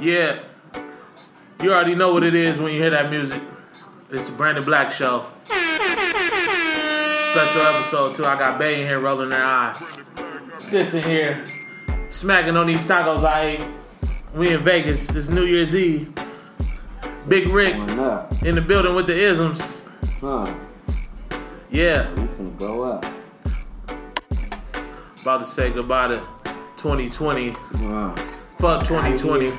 Yeah. You already know what it is when you hear that music. It's the Brandon Black Show. Special episode, too. I got Bay in here rolling her eyes. Sis in here smacking on these tacos I ate. We in Vegas. It's New Year's Eve. Big Rick Going up, in the building with the isms. huh? Yeah. We finna blow up. About to say goodbye to 2020. Huh. Fuck 2020.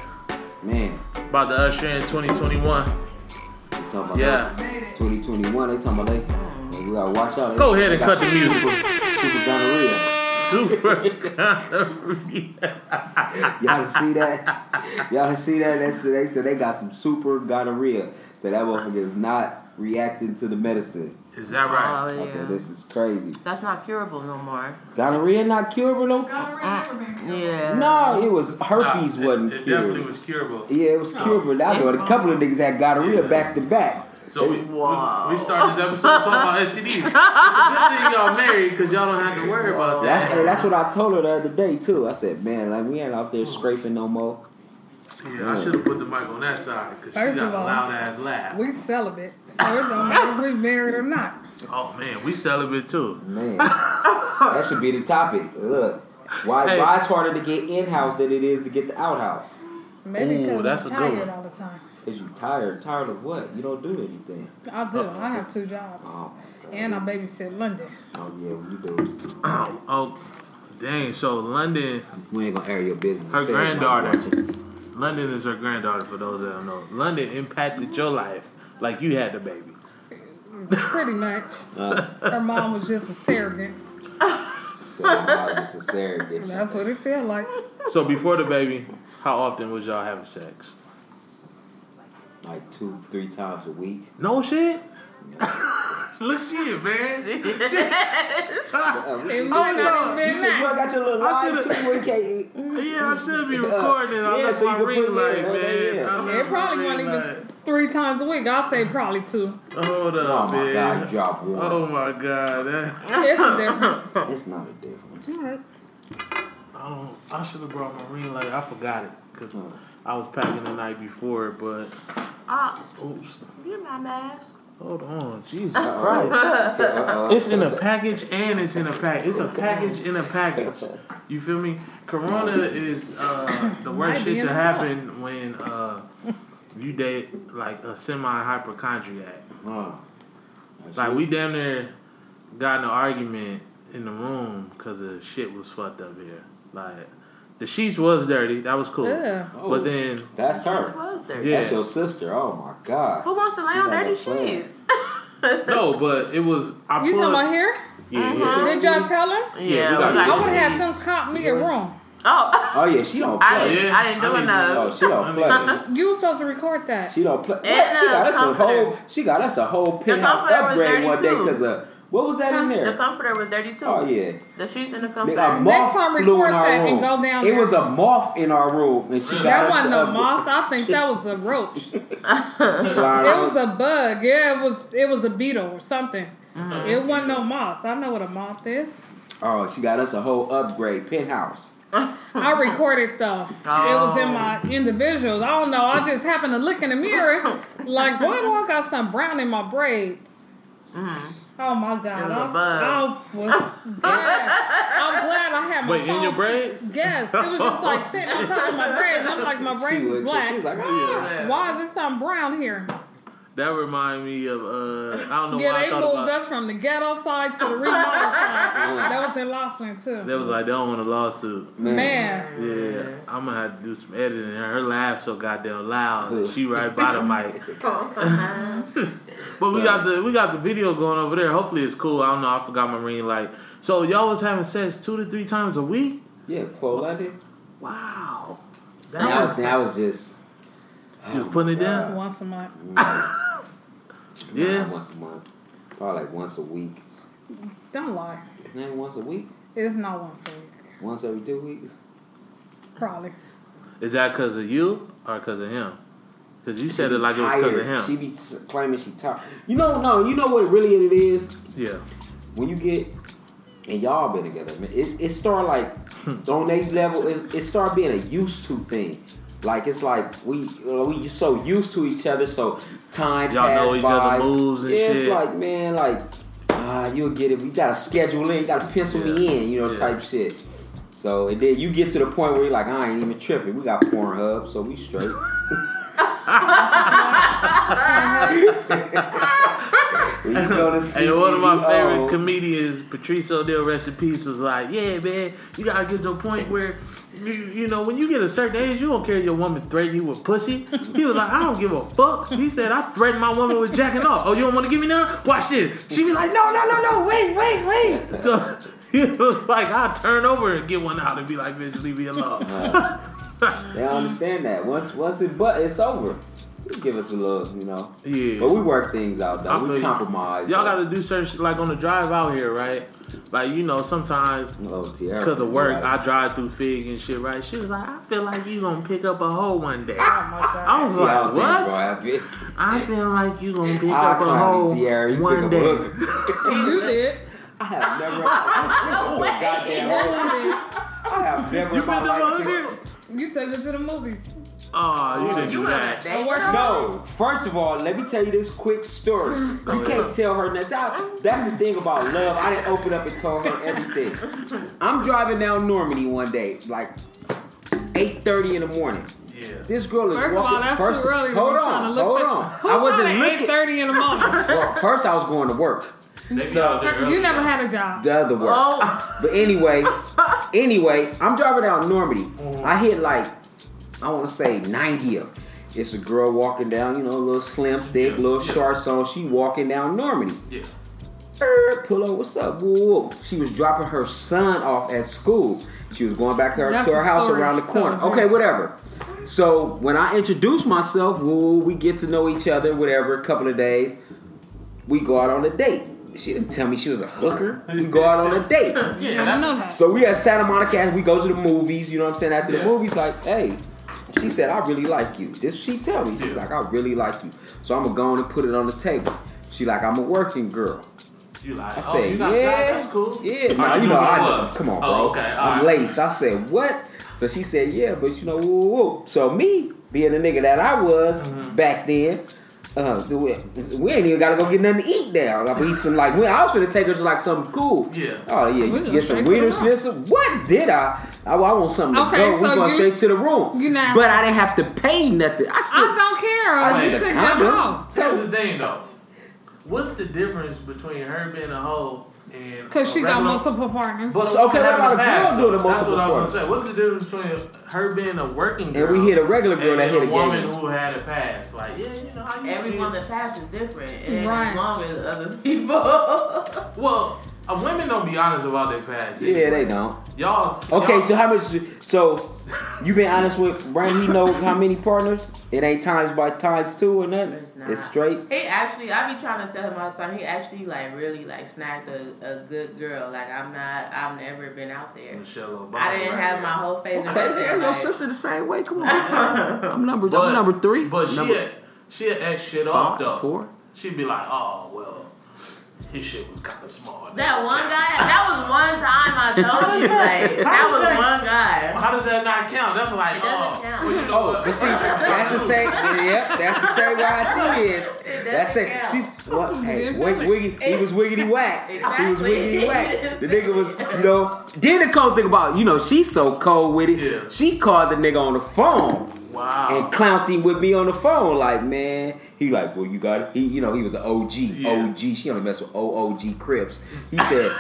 Man, About to usher in 2021. they talking about Yeah. like 2021. They talking about like, well, we gotta watch out. Go ahead and They cut the got music. Super gonorrhea. Super gonorrhea. Y'all see that? Y'all see that? That shit. They said they got some super gonorrhea. So that motherfucker is not reacting to the medicine. Is that right? I said this is crazy. Oh, That's not curable no more. Gonorrhea not curable no. Yeah. No, it was herpes Nah, Ah, it- wasn't it, curable. definitely was curable. Yeah, it was curable. I know it. a couple of niggas had gonorrhea Yeah. back to back. So we, we, Wow. we started this episode talking about STDs. It's a good thing y'all married because y'all don't have to worry about That's that. hey, that's what I told her the other day too. I said, man, like we ain't out there scraping no more. yeah, I should have put the mic on that side because First she got of a all, loud ass laugh. We celibate, so it don't matter if we married or not. oh man, we celibate too. Man, that should be the topic. Look, why Hey. why it's harder to get in house than it is to get the outhouse? Maybe Ooh, because that's a I'm good tired one. all the time. Cause you tired, tired of what? You don't do anything. I do. I have two jobs, Oh, and I babysit London. oh yeah, you do. oh, dang. So London, We ain't gonna air your business. Her Fans might granddaughter. watch it. London is her granddaughter. For those that don't know, London impacted your life like you had the baby. Pretty much. Uh. Her mom was just a surrogate. So now it's a surrogate. That's what it felt like. So before the baby, how often was y'all having sex? Like two, three times a week. No shit. Look shit, man. It uh, Oh, you might not have been should that. work out your little I live should've- tweet where you can't eat. Yeah, I should be recording. I Yeah, left so you my can put ring it light, in, okay, man. yeah. I left It probably my wasn't ring light. even three times a week. I'll say probably two. Hold up, Oh my man. god, drop one. Oh my god. that- It's a difference. It's not a difference. I don't. I should have brought my ring light. I forgot it because Oh. I was packing the night before. But Uh, oops. get my mask. Hold on, Jesus Uh-oh. Christ. Uh-oh. It's in a package and it's in a pack. It's a package in a package. You feel me? Corona is uh, the worst Might be shit to in the front. happen when uh, you date like a semi hypochondriac. Huh. Like we damn near got in an argument in the room because the shit was fucked up here. Like the sheets was dirty, that was cool. Yeah. But then That's her. Was there? Yeah. That's your sister. Oh my god. Who wants to lay She on got dirty that plan. sheets? no, but it was I You pulled- talking about here? yeah, Uh-huh. yeah. Did y'all tell her? we Yeah. got we got- I would have had them cop me wrong. oh, Oh yeah, she don't I play. didn't. Yeah. I didn't do I mean, Oh, enough. she don't play. You were supposed to record that. She don't play. What? She And, uh, got us a comforter. whole. She got us a whole penthouse comforter was upgrade dirty one day too. because of what was that in The there? comforter was dirty too. Oh yeah. The sheets in the Nigga, a comforter. moth time flew in record our that and room. go down it there. was a moth in our room, and she got That us the wasn't no upgrade. moth. I think that was a roach. It Flying around. was a bug. Yeah, it was. It was a beetle or something. Mm-hmm. It wasn't no moth. I know what a moth is. Oh, she got us a whole upgrade penthouse. I recorded though. It was in my Oh. individuals. I don't know. I just happened to look in the mirror, like, why do I got some brown in my braids? Oh my god! It was a I, bug. I was. yeah. I'm glad I had my. Wait, in phone your to- braids? Yes, it was just like sitting on top of my braids. I'm like, my She braids is looked- black. She's like, ah. Why is there something brown here? Oh, That remind me of uh I don't know Yeah, why I they thought moved about us from the ghetto side to the remodel side. uh, that was in Laughlin too. that was like they don't want a lawsuit. Man, Yeah, I'm gonna have to do some editing. Her laugh so goddamn loud. She right by the mic. But we got the we got the video going over there. Hopefully it's cool. I don't know. I forgot my ring light. So y'all was having sex two to three times a week. Yeah, Chloe London. Wow. Now it's now it's just oh, You was putting it down. once a month. yeah. Yeah. once a month, probably like once a week. Don't lie. Then once a week, It's not once a week. once every two weeks. Probably. Is that because of you or because of him? Because you said it like it was Tired. because of She him. be s- claiming she tired. You know, no, you know what really it is Yeah. when you get and y'all been Hmm. together. Man, it it start like on a level. It, it start being a used to thing. Like it's like we uh, we so used to each other, so time Y'all passed know each by. other moves and it's shit. like man, like ah, you'll get it. You gotta schedule in. You gotta pencil Yeah. me in, you know, Yeah. type shit. So and then you get to the point where you're like, I ain't even tripping. We got Pornhub, so we straight. When you go to oh, Hey, one of my CBDO, favorite comedians, Patrice O'Neill, rest in peace, was like, "Yeah, man, you gotta get to a point where, you, you know, when you get a certain age, you don't care if your woman threaten you with pussy." He was like, "I don't give a fuck." He said, "I threatened my woman with jacking off. Oh, you don't want to give me none? Watch this." She be like, "No, no, no, no, wait, wait, wait." So he was like, "I'll turn over and get one out and be like, bitch, leave me alone." They don't understand that. Once once it but it's over. They Give us a little, you know. Yeah. But we work things out though. I feel we you. compromise. Y'all gotta do certain shit like on the drive out here, right? Like you know, sometimes oh, Tierra. Cause of work, Right. I drive through Fig and shit, right? She was like, I feel like you gonna pick up a hoe one day. Oh my god. I was See how like, what? things go happen. I feel like you gonna pick I up a clown hoe you, Tierra. You one pick up a day. hooker. You did. I have never. Oh, way. goddamn hoe. I have never. You in picked my up a life- hooker? You took her to the movies. Oh, you didn't You do on a that. date? Don't work girl? No, first of all, let me tell you this quick story. You can't tell her this out. That's the thing about love. I didn't open up and tell her everything. I'm driving down Normandy one day, like 8:30 in the morning. Yeah. This girl is First of walking. all, that's first, too early to hold be on, trying to look hold for. on. Who's I wasn't out at looking. eight thirty in the morning? Well, first I was going to work, They be So- out there early, you never though. had a job. the other work. Oh, But anyway, anyway, I'm driving down Normandy. Mm-hmm. I hit like, I want to say 90th. It's a girl walking down, you know, a little slim, thick, Yeah, little yeah. shorts on. She walking down Normandy. Yeah. Er, pull over, what's up? Whoa, whoa, whoa. She was dropping her son off at school. She was going back to her, That's to her the house story around the she corner. told me. Okay, whatever. So when I introduce myself, woo, we get to know each other, whatever, a couple of days. We go out on a date. She didn't tell me she was a hooker. We go out on a date. Yeah, I don't that's, know that. So we at Santa Monica and we go to the movies, you know what I'm saying? After the Yeah. movies, like, hey, she said, I really like you. This she tell me. She's Yeah. like, I really like you. So I'ma go on and put it on the table. She like, I'm a working girl. you like, I oh, said, you yeah. got that? That's cool. Yeah, All no, right, you know what I it know. was. Come on, bro. Oh, okay, all I'm right. lace. I said, what? So she said, yeah, but you know, woo, woo, woo. So me, being the nigga that I was Mm-hmm. back then, uh, do we, we ain't even gotta go get nothing to eat now. Like, we some like, we, I was gonna take her to like something cool. Yeah. Oh yeah, We you go get some straight to wiener the room. schnitzel. What did I? I, I want something to Okay, go. we so going you- straight to the room. you not- but I didn't have to pay nothing. I still. I don't care. I you need a took them condom. off. Here's the thing though. What's the difference between her being a hoe and Cause she a got regular- multiple partners. But So, okay, what having about a pass, girl doing though? the That's what I multiple was gonna say. What's the difference between her being a working and girl we hit a regular girl and that hit a woman game. who had a pass? Like, yeah, you know, I used every to be- woman past is different. It ain't Right. as long as other people. Well, uh, women don't be honest about their past. Yeah, they don't. Y'all. Okay, y'all, so how much? So you been honest with Brandon? He know how many partners? It ain't times by times two or nothing. It's It's, not. straight. He actually, I be trying to tell him all the time. He actually like really like snagged a, a good girl. Like I'm not, I've never been out there. Michelle Obama. I didn't right have here. my whole Okay, face. and man, everything, your like- sister the same way. Come on, I'm number. I'm number three. But number she had, she had X shit off five, though. four. She'd be like, oh well, his shit was kind of small. That one guy. That was one time I told you. Like that was one guy. How does that not count? That's like, It oh, doesn't count. well, you know Oh, what? but see, that's the same. Yep, that's the same why she is. That's it. She's what? Hey, wig, wiggy, he was wiggity whack. He was wiggity whack. The nigga was, you know. Then the cold thing about, you know, she's so cold with it. Yeah. She called the nigga on the phone. Wow. and clowned him with me on the phone. Like, man, he like, well, you got it. He, you know, he was an OG, Yeah. OG. She only mess with OOG Crips. He said,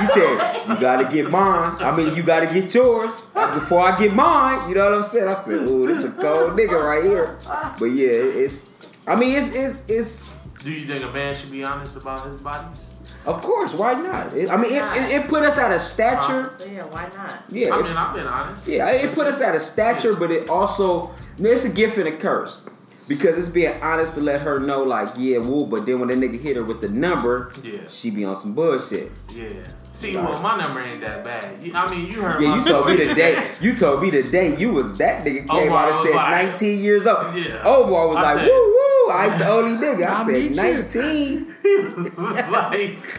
he said, you gotta get mine. I mean, you gotta get yours before I get mine. You know what I'm saying? I said, ooh, this a cold nigga right here. But yeah, it- it's. I mean, it's it's it's. Do you think a man should be honest about his bodies? Of course, why not? It, I mean, it, it, it put us at a stature. But yeah, why not? Yeah, I it mean, I've been honest. Yeah, it put us at a stature, but it also it's a gift and a curse because it's being honest to let her know, like, yeah, woo. But then when that nigga hit her with the number, Yeah. she be on some bullshit. Yeah. See, well, my number ain't that bad. You- I mean, you heard. Yeah, my you told me story. the day. You told me the day you was that nigga came Omar out and was said like- 19 years old. Yeah. Omar was I like, said- woo woo. I ain't the only nigga. I, I said beat you. 19. like,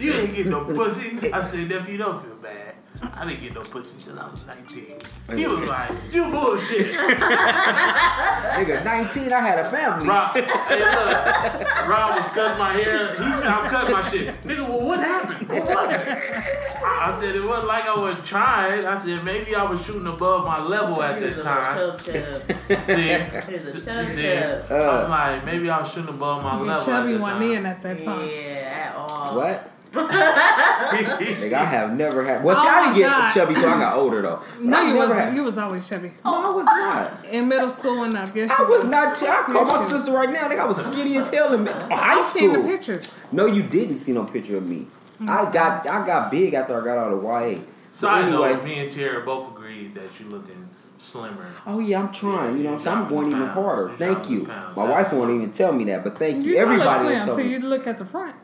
you ain't get no pussy. I said, nephew, don't feel bad. I didn't get no pussy till I was 19. He was like, you bullshit. Nigga, 19, I had a family. Rob, hey, look, Rob was cutting my hair. He said, I'm cutting my shit. Nigga, well, what happened? What was it? I I said, it wasn't like I was trying. I said, maybe I was shooting above my level at that Here's a time. chub chub. See? Here's a See? chub Uh. chub. I'm like, maybe I was shooting above my You level chubby at one in the at that time. Yeah, at all. What? time. Nigga, I have never had. Well, see, Oh I didn't my get God. chubby till I got older, though. But No, I you never wasn't. had. You was always chubby No, I was not. in middle school and up. Yes, I you was was. not. I call my Yes, you- sister right now. Nigga, I was skinny as hell in mid- high I've seen the school. pictures. No, you didn't see no picture of me. I got I got big after I got out of YA. So Side anyway, note, me and Tara both agreed that you looking slimmer. Oh yeah, I'm trying. You know what I'm saying? I'm going even Pounds. harder. You're Thank you. pounds. My wife won't even tell me that, but thank you. You Everybody look will slim, tell so me. you look at the front.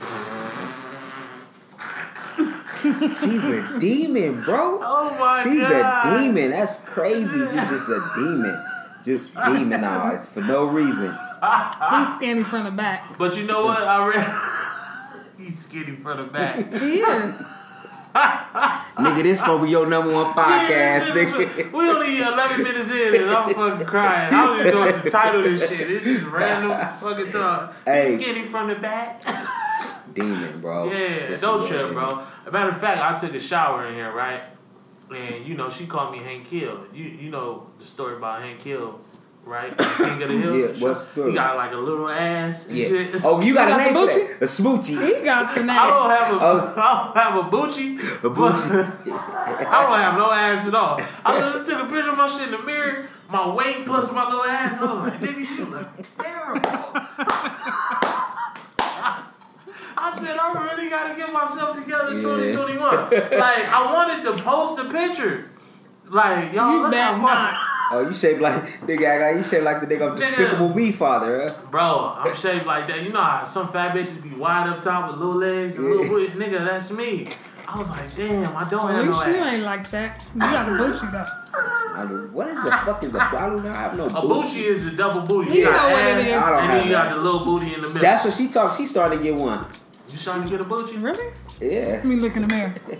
She's a demon, bro. Oh my She's god. a demon. That's crazy. She's just a demon. Just demonized for no reason. He's skinny from the back. But you know what? I read. He's skinny from the back. He is. Nigga, this gonna be your number one podcast, Yeah, nigga. We only 11 minutes in and I'm fucking crying. I don't even know what the title of this shit. It's just random fucking talk. Hey. Skinny from the back. Demon, bro. Yeah, Just a don't little trip, demon. bro. A matter of fact, I took a shower in here, right? And you know, she called me Hank Hill. You you know the story about Hank Hill, right? King of the Hill. Yeah, what story? He got like a little ass and Yeah. shit. Oh, you got You a got name a for that? A smoochie. He got the I name. don't have a Oh. I don't have a boochie. A boochie. but- I don't have no ass at all. I just took a picture of my shit in the mirror, my weight plus my little ass. I was like, nigga, you look terrible. I said, I really gotta get myself together in Yeah. 2021. Like, I wanted to post the picture. Like, y'all You look bet at my not. Oh, you shaped like nigga. You shaped like the nigga of Nigga. Despicable Me, father. Huh? Bro, I'm shaved like that. You know how some fat bitches be wide up top with little legs and little booty? Nigga, that's me. I was like, damn, I don't At have no least you ass. ain't like that. You got the boochie though. I mean, what is the fuck is a? I don't know. I have no A booty booty. is the double booty. You know what it is. I don't and then have you that. got the little booty in the middle. That's what she talks. She started to get one. you trying to get a booty? Really? Yeah. Let me look in the mirror. I don't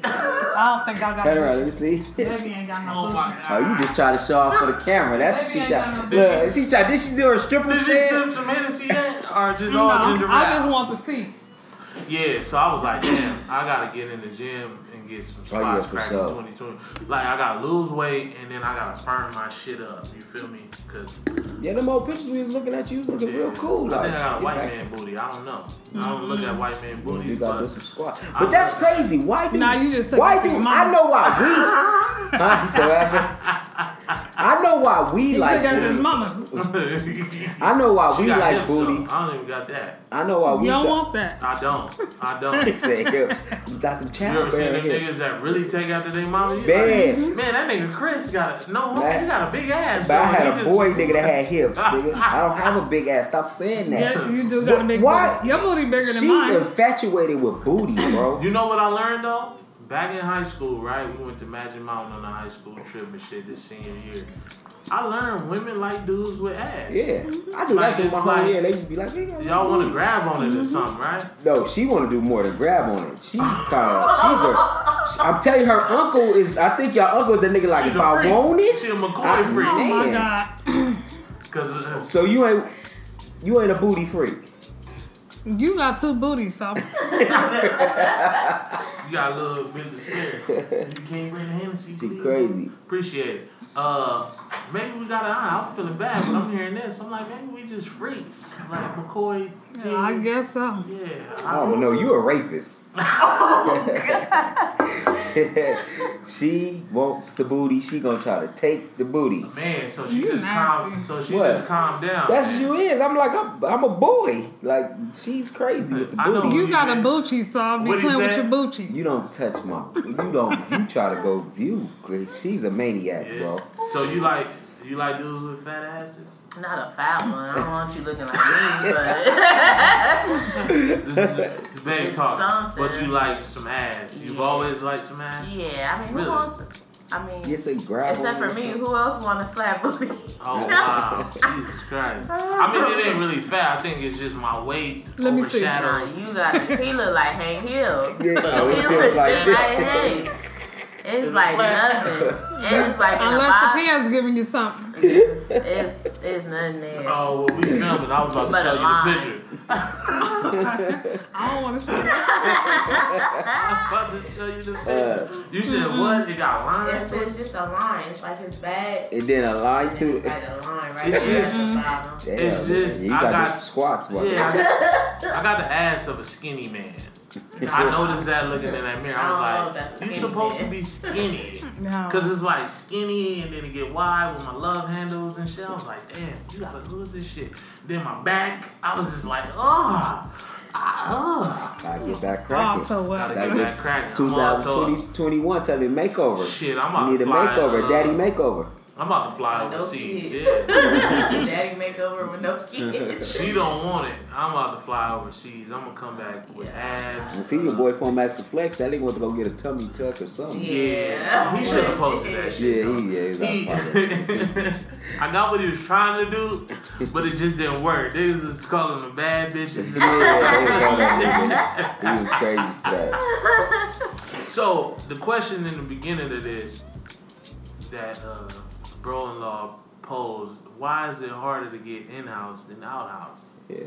think I got Turn the around. Let me boochie. see. Maybe I ain't got no Oh boochie. my Oh, god. you just try to show off for the camera. That's what she Maybe I tried. got no Look, she tried. Did she do her stripper Did you stand? sip some Hennessy yet? Or just No, all ginger I just ale? want to see. Yeah, so I was like, damn, I gotta get in the gym and get some Oh, yeah, spots for cracked sure. in 2020. Like, I gotta lose weight and then I gotta firm my shit up. You feel me? Because Yeah, them old pictures we was looking at you was looking real cool. I Like, think I got a get white back man booty. I don't know. I don't look at white man to- You booties, got to do but some squat. I'm But not- that's crazy. Why do? Nah, you just took why it do? from your I mama. know why we. huh? You said what happened? I know why we He like. uh, took out booty. his mama. I know why She we got like hips, booty. though. I don't even got that. I know why You we don't got. want that. I don't. I don't. Say hips. You got them You ever seen them childbearing niggas hips. that really take after their mama? You Bad. Like, man, that nigga Chris got a, no, Man. he got a big ass. But I so he had a just- boy nigga that had hips, nigga. I don't have a big ass. Stop saying that. Yeah, you do got a big Why- booty. Your booty bigger than She's mine. infatuated with booty, bro. You know what I learned though? Back in high school, right? We went to Magic Mountain on a high school trip and shit this senior year. I learned women like dudes with ass. Yeah, Mm-hmm. I do Like, that through it's my like- whole year. They just be like, "Nigga, I Y'all like want to grab on it or something, right? No, she want to do more than grab on it. She kind of, she's a. I'm telling you, her uncle is. I think your uncle is that nigga. Like, She's if a I freak. want it, She a I- McCoy oh freak. my man. god. Because so you ain't, you ain't a booty freak. You got two booties, so you got a little bit of spirit. You can't bring the Hennessy. She please. crazy. Appreciate it. Uh, maybe we got an eye. I'm feeling bad, but I'm hearing this. I'm like, maybe we just freaks. Like McCoy. Yeah, I James. guess so. Yeah. Oh no, you a rapist. Oh, she wants the booty. She gonna try to take the booty. Man, so she You just calm. nasty. So she What? just calmed down. That's what man. you is. I'm like, I'm, I'm a boy. Like she's crazy with the I know. booty. You got a boochie, so I'll be What'd he playing with say? your boochie. You don't touch my. You don't. You try to go. You. She's a maniac, Yeah. bro. So you like you like dudes with fat asses? Not a fat one. I don't want you looking like me, but This is it's big It's talk. something. But you like some ass. You've Yeah. always liked some ass. yeah. I mean, Really? who else? I mean, It's a grab. except for on me, yourself. who else want a flat booty? Oh wow, Jesus Christ! I mean, it ain't really fat. I think it's just my weight Let me see. Nah, overshadows. you got. He look like Hank Hill. Yeah, I wish He it look was like just that. Hank. It's like nothing. And it's like in a Unless the box. pen's giving you something. It's it's nothing there. Oh, well, we filming. I was about to But show alive. you the picture. I don't want to see it. I was about to show you the Uh, picture. you said mm-hmm. what? It got It's, lines? it's just a line. It's like his bag. And then I lied And then through. it's like a line right It's there at just- the bottom. Damn, It's just- man, you I got, got- those squats, man. Yeah, I got, I got the ass of a skinny man. I noticed that looking in that mirror. I I don't know if was like, Oh, that's a you skinny supposed to man." be skinny. No. Because it's like skinny and then it get wide with my love handles and shit. I was like, damn, you gotta lose this shit. Then my back, I was just like, oh, ah, I get back cracking. Also, oh. Gotta what? get that cracking. I'm also- 2021 tell me makeover. Shit, I'm You about need to a fly. makeover, uh, daddy makeover. I'm about to fly No overseas. kids. Yeah. Daddy makeover with no kids. She don't want it. I'm about to fly overseas. I'm gonna come back with I abs. see your boy from Master Flex. That nigga want to go get a tummy tuck or something. Yeah. he should have posted that Yeah, shit. he, yeah, he's though. like, He- fuck it. I got what he was trying to do, but it just didn't work. They was just calling them bad bitches. and all Yeah, he was on that nigga. He was crazy for that. that. So the question in the beginning of this that uh, bro-in-law posed: Why is it harder to get in-house than out-house? Yeah.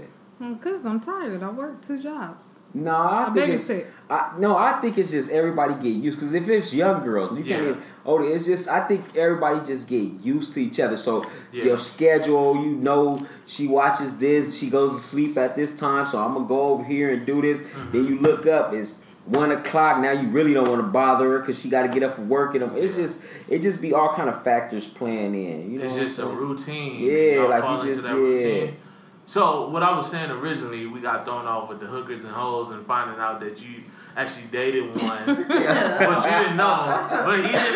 Because Mm, I'm tired. I work two jobs. No, I I think it's babysit. I, no, I think it's just everybody get used. Because if it's young girls, you can't Yeah. even. Oh, it's just I think everybody just get used to each other. So Yeah. your schedule, you know, she watches this, she goes to sleep at this time, so I'm gonna go over here and do this. Mm-hmm. Then you look up, it's one o'clock. Now you really don't want to bother her because she got to get up for work. And um, it's just it just be all kind of factors playing in. You know, It's what I'm just a saying? routine. Yeah, Y'all like fall you into just- that yeah. routine. So what I was saying originally, we got thrown off with the hookers and hoes, and finding out that you actually dated one, but you didn't know. But he didn't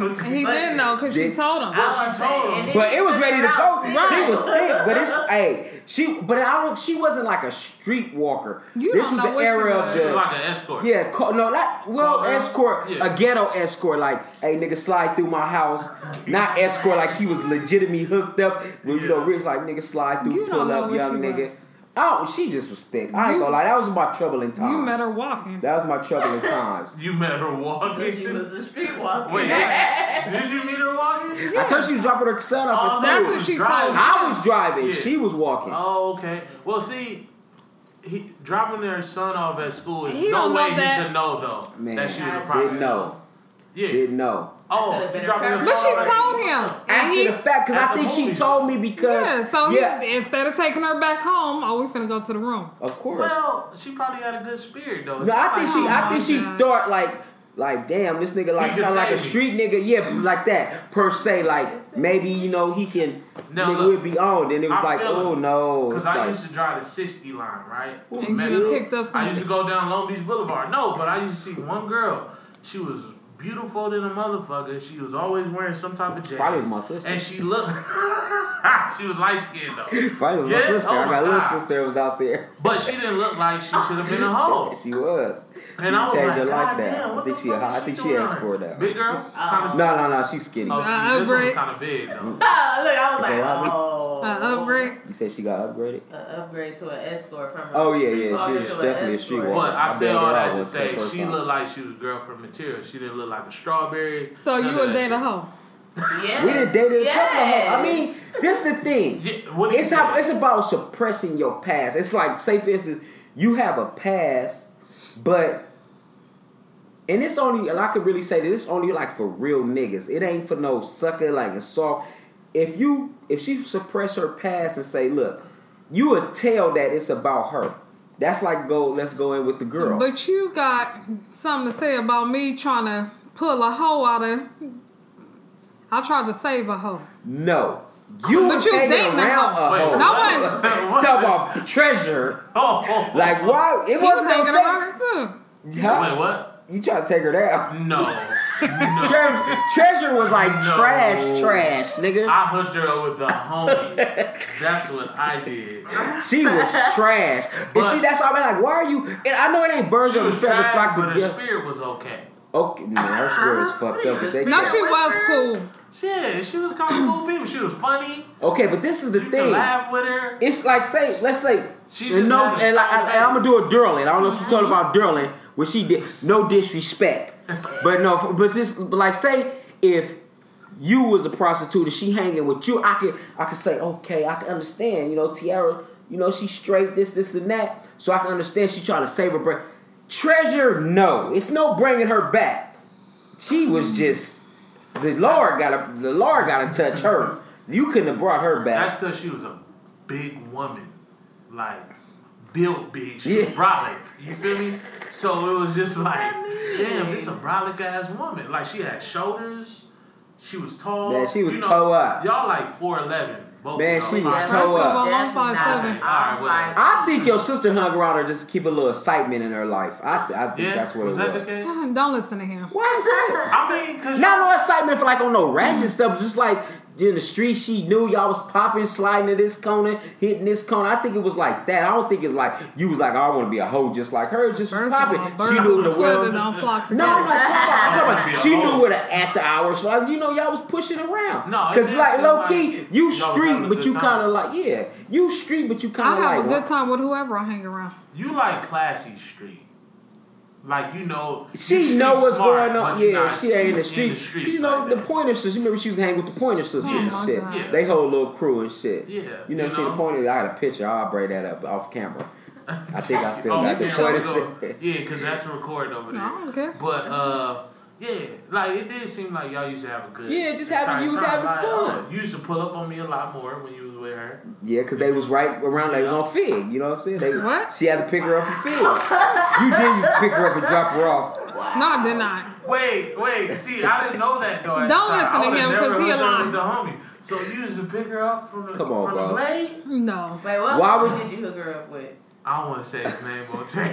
know. And he But- didn't know because she Did- told him. But she told him. But it was ready to go. She Right. was thick, but it's hey, she but I don't. She wasn't like a street walker. You this don't was know the what she era was. of She was the like an escort. yeah, co- no, not well Call her? escort, Uh-huh. Yeah. a ghetto escort. Like, hey, nigga, slide through my house. Not escort, like she was legitimately hooked up. With, You know, Yeah. rich, like nigga, slide through, You don't pull know up, what young she nigga. was. I don't. She just was thick. I ain't You- gonna lie, that was my troubling times. You met her walking. That was my troubling times. You met her walking. She was a street walker. Wait, did you meet her walking? I told you she was dropping her son off Oh, at That's school. what she Driving. told him. I was driving. Yeah. She was walking. Oh, okay. Well, see, he dropping their son off at school is He no don't know way that. he could know though Man, that she was a didn't prostitute. didn't know. Yeah. Didn't know. Oh, Could've he been dropping a her prostitute. son But she off at told him. And After he, the fact, because at I the think she movie. told me because yeah, so yeah, he, instead of taking her back home, oh, we finna go to the room. of course. Well, she probably had a good spirit though. No, I think she. I Oh, think she my God. thought like, like, damn, this nigga like He can kind of like a save me. street nigga, yeah, like that per se. Like maybe you know he can. No, nigga look, would be on. Then it was I like, feel oh it. no, Because it's I like, used to drive the 60 line, right? And Man, you done look, picked up I used some. to go down Long Beach Boulevard. No, but I used to see one girl. She was beautiful than a motherfucker. She was always wearing some type of jacket. Probably was my sister. And she looked. she was light skinned though. probably was my Yeah, sister. oh I my got a little God. sister that was out there. But she didn't look like she should have been a hoe. She was. Oh. And I was changed like, her God like that. damn, I what think the she a- fuck is I think she doing an out here? escort now. Big girl? Kinda- No, no, no. She's skinny. Oh, see, Uh, I this one's upgrade. kind of big though. Oh, look, I was It's like, a hobby. oh. Uh, upgrade. You said she got upgraded. A upgrade to an escort from. a Oh, yeah, street yeah, she walker was to a definitely a street escort. walker. But I, I say bet all her I that to was the say first she time. looked like she was girl from material. She didn't look like a strawberry. So none you of would that date shit. a hoe. Yes. We done dated a couple of yes. hoes. I mean, this the thing. Yeah, what do you It's how, say? it's about suppressing your past. It's like, say for instance, you have a past, but and it's only and I could really say that it's only like for real niggas. It ain't for no sucker like a soft. If you if she suppress her past and say, look, you would tell that it's about her. That's like go let's go in with the girl. But you got something to say about me trying to pull a hoe out of. I tried to save a hoe. no. You But was you hanging dating a around hoe. a Wait, hoe. No one. What? Talk about treasure. Oh, oh, oh. Like why it He was wasn't no hanging sex. around too. Huh? Wait, what? You try to take her down. No. no. Treasure, treasure was like No. trash, trash, nigga. I hooked her up with the homie. That's what I did. she was trash. and But- see, that's why I'm like, why are you? And I know it ain't birds She of a was feather trash, flock but her together. spirit was okay. Okay, man, her spirit is fucked up. but they No, can't. she was cool. Shit, she was kind of cool people. She was funny. Okay, but this is the You could thing. laugh with her. It's like say, let's say, She and just no, had a and like, I, strong Mm-hmm. am gonna do a Durlin. I don't know if you told about Durlin, Well, she did. No disrespect, but no. But just but like say if you was a prostitute and she hanging with you, I could I could say okay, I can understand. You know, Tiara, you know she straight this this and that, so I can understand she trying to save her breath. Treasure, no, it's no bringing her back. She was just the Lord got to the Lord got to touch her. You couldn't have brought her That's back. because she was a big woman, like built big. She was Yeah. brolic. You feel me? So it was just like, that mean? damn, this a brolic ass woman. Like she had shoulders. She was tall. Yeah, she was toe up. Y'all like four eleven. Both Man, of she y'all. was Like, toe up. I'm five seven. All right, whatever. I think your sister hung around her just to keep a little excitement in her life. I, I think Yeah, that's what was it that was. the case? Don't listen to him. Why not? I mean, cause Not y'all- no excitement for like on no Mm. ratchet stuff. Just like in the street, she knew y'all was popping, sliding to this corner, hitting this corner. I think it was like that. I don't think it's like you was like, oh, I want to be a hoe just like her, just was First of all, popping. birds She knew of the a feather world. don't No, flock together. I'm not talking about. I'm talking about- Be she a hoe. knew what the after hours. So you know, y'all was pushing around. No, it because did like seem low like key, you y'all was street, having a but good you kind of time. like yeah, you street, but you I kind of have like a good time with whoever I hang around. you like classy street. Like you know, She you- know she's what's smart, going on. but you're Yeah, not she ain't in the street. streets you know like the that. Pointer Sisters. You remember she used to hang with the Pointer Sisters Yeah. Oh my and shit. God. Yeah. They whole little crew and shit. Yeah, you never you seen the know. Pointer? I had a picture. I'll bring that up off camera. I think I still Oh, got the yeah, Pointer we go- Sisters. Yeah, because that's recorded over there. I don't care. But uh, yeah, like it did seem like y'all used to have a good. Yeah, just having- you was exciting having time. Like, oh, fun. You used to pull up on me a lot more when you was with her. Yeah, because they was right around. They was on Fig. You know what I'm saying? They, What? She had to pick her up from Fig. you did used to pick her up and drop her off. No, I did not. Wait, wait. See, I didn't know that though. at the Don't time. listen I to would've him, never 'cause he hooked a up lie. with the homie. So you used to pick her up from the Come on, from bro. the blade. No. Wait, what Why Why was- did you hook her up with? I don't want to say his name on tape,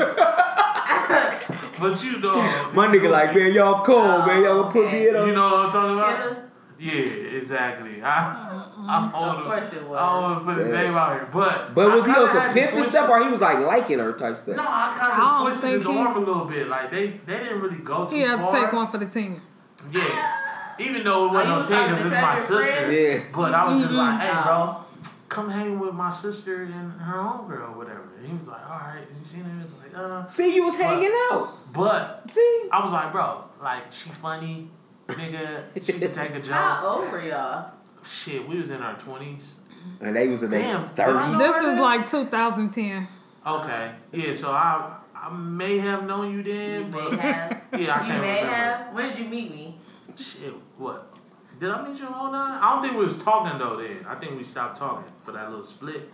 but you know, My nigga, like man, y'all cold, Oh, man. Y'all gonna put me in You on. know what I'm talking about? Killer? Yeah, exactly. I, I'm Of older. course it was. I don't want to put his Yeah. name out here, but But was I he on kinda some had to pimping twist- stuff, or he was like liking her type No, stuff? I I kind don't of twisted his think he- arm a little bit. Like they, they didn't really go too He had to far. take one for the team. Yeah, even though it wasn't you on was tape talking because to it's my your sister. friend? Yeah. But I was just Mm-hmm. like, hey, Mm-mm. bro, come hang with my sister and her homegirl or whatever. And he was like, all right. You seen him? He was like, uh. See, you was hanging out. But See, I was like, bro, like she funny, nigga. She can take a job. How old were y'all? Shit, we was in our twenties. And they was in their Damn. thirties. This is like 2010. Okay, yeah. So I I may have known you You then, but may have. yeah, I you can't may remember. have. When did you meet me? Shit, what? Did I meet you all night? I don't think we was talking though. Then I think we stopped talking for that little split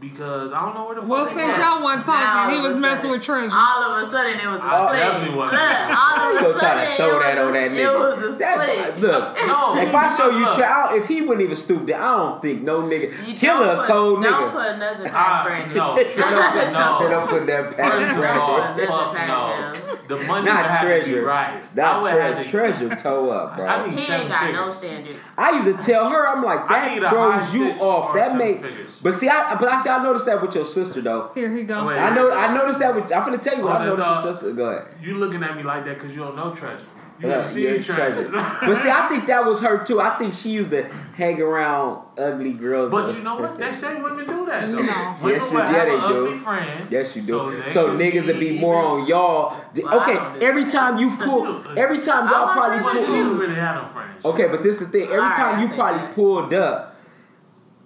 because I don't know where the Oh, Well, fuck since they went. y'all wasn't talking, Now he was all of a messing sudden- with treasure. All of a sudden, it was a split. I definitely Look, wasn't. all of Go a sudden, try to it throw was that a- on that It nigga. was a That, split. look, No, if I show you, look, child, if he wouldn't even stoop down, I don't think no You nigga don't killer a put- cold Don't nigga. put another I- past friend. Ah, no, Say don't, No. say don't put that First past of right all, there. That's fuck a no. The money would Not have to be treasure, right. I not would tre- have to- treasure. Toe up, bro. I I, need He seven ain't got figures. no standards. used to tell her, I'm like, I need a that high throws you six off. or That seven make, figures. but see, I but I see, I noticed that with your sister though. Here he go. Wait. Oh, I know, I noticed that with. I'm finna tell you, what I Oh, noticed that, with your sister. Go ahead. You looking at me like that because you don't know treasure. You Yeah, ain't seen yeah, treasure. treasure. but see, I think that was her too. I think she used to hang around ugly girls. But you know what? They say women do that though. No. Women Yes, you- will yeah, have they an do. ugly friend. Yes, you do. So, they could niggas would be more on y'all. D- Well, I don't okay, do every time you pull, every time y'all I'm probably not Well, friends pull. with you really had no friends. Okay, but this is the thing. Every Alright, time I you think probably that. pulled up,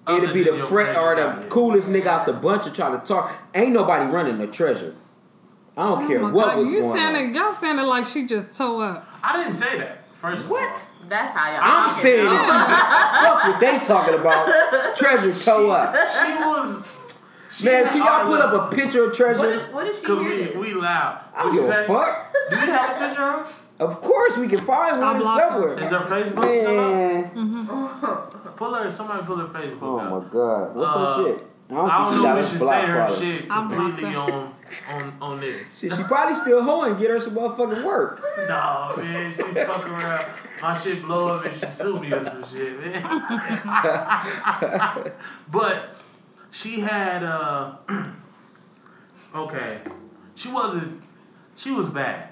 Other it'd be than the your friend or friends, the yeah. coolest nigga out the bunch of trying to talk. Ain't nobody running the treasure. I don't Oh care my what God, was you going on. sounded, Y'all sounded like she just tore up. I didn't say that. First What? of That's how y'all. I'm talking. saying that she just fuck what they talking about. Treasure toe up. all, she was. She Man, had can y'all all put the- up a picture of What treasure? if, what if she Cause hear we this? we loud. I don't What you give a say? fuck. Do you have a picture of? Of course, we can find I one blocked her. her? Is somewhere. her Facebook still Man, up? Pull her. Somebody pull her Facebook oh up. my god, what's Uh, her shit? I don't, I think don't she know got if we us should say blocked her probably. shit I'm blocked completely out. on on on this. Shit, she probably still hoeing. Get her some motherfucking work. No man, she fuck around. My shit blow up and she sue me or some shit, man. but she had uh okay. She wasn't she was bad.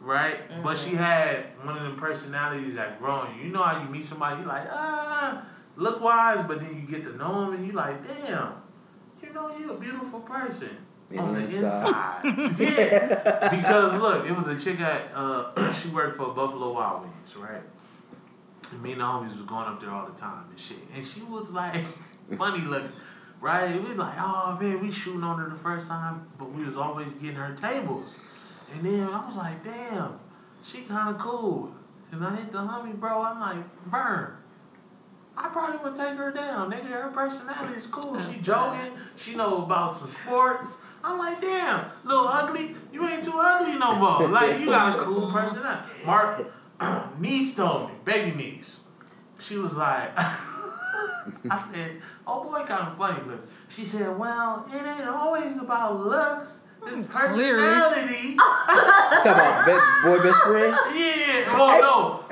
Right? But she had one of them personalities that grow on you. You know how you meet somebody, you like, ah, look wise, but then you get to know them and you like, damn, you know, you a beautiful person. And on the inside. inside. yeah. Because look, it was a chick at uh, she worked for Buffalo Wild Wings, right? And me and the homies was going up there all the time and shit. And she was like funny looking. Right? We was like, oh man, we shooting on her the first time, but we was always getting her tables. And then I was like, damn, she kinda cool. And I hit the homie, bro, I'm like, burn. I probably would take her down. Nigga, her personality is cool. She That's joking. She know about some sports. I'm like, damn, little ugly. You ain't too ugly no more. Like, you got a cool personality. Mark, niece told me, baby niece. She was like, I said, oh boy, kind of funny look. She said, well, it ain't always about looks. It's Clearly. personality. Talking about be- boy best friend? Yeah, well, no.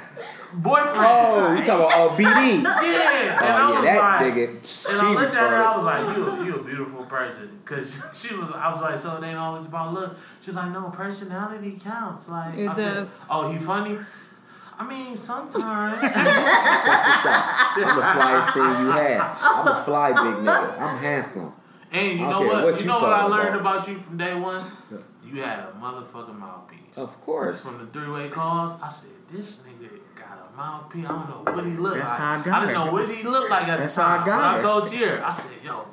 Boyfriend. Oh, you talking about uh, BD? Yeah, and I Oh yeah, was that like, nigga. She and I looked at her, I retarded. was like, you, you a beautiful person. Because she was, I was like, so it ain't always about look. She was like, no, personality counts. Like, It I does. Said, oh, he funny? I mean, sometimes. Check this out. I'm the flyest thing you had. I'm a fly big nigga. I'm handsome. and you I know don't care what? what you you know what I talking learned about. about you from day one? You had a motherfucking mouthpiece. Of course. From the three-way calls, I said, this nigga got a mouthpiece. I don't know what he looked That's like. how I got didn't her. know what he looked like at That's the how I time. got but I her. told Tier, I said, yo,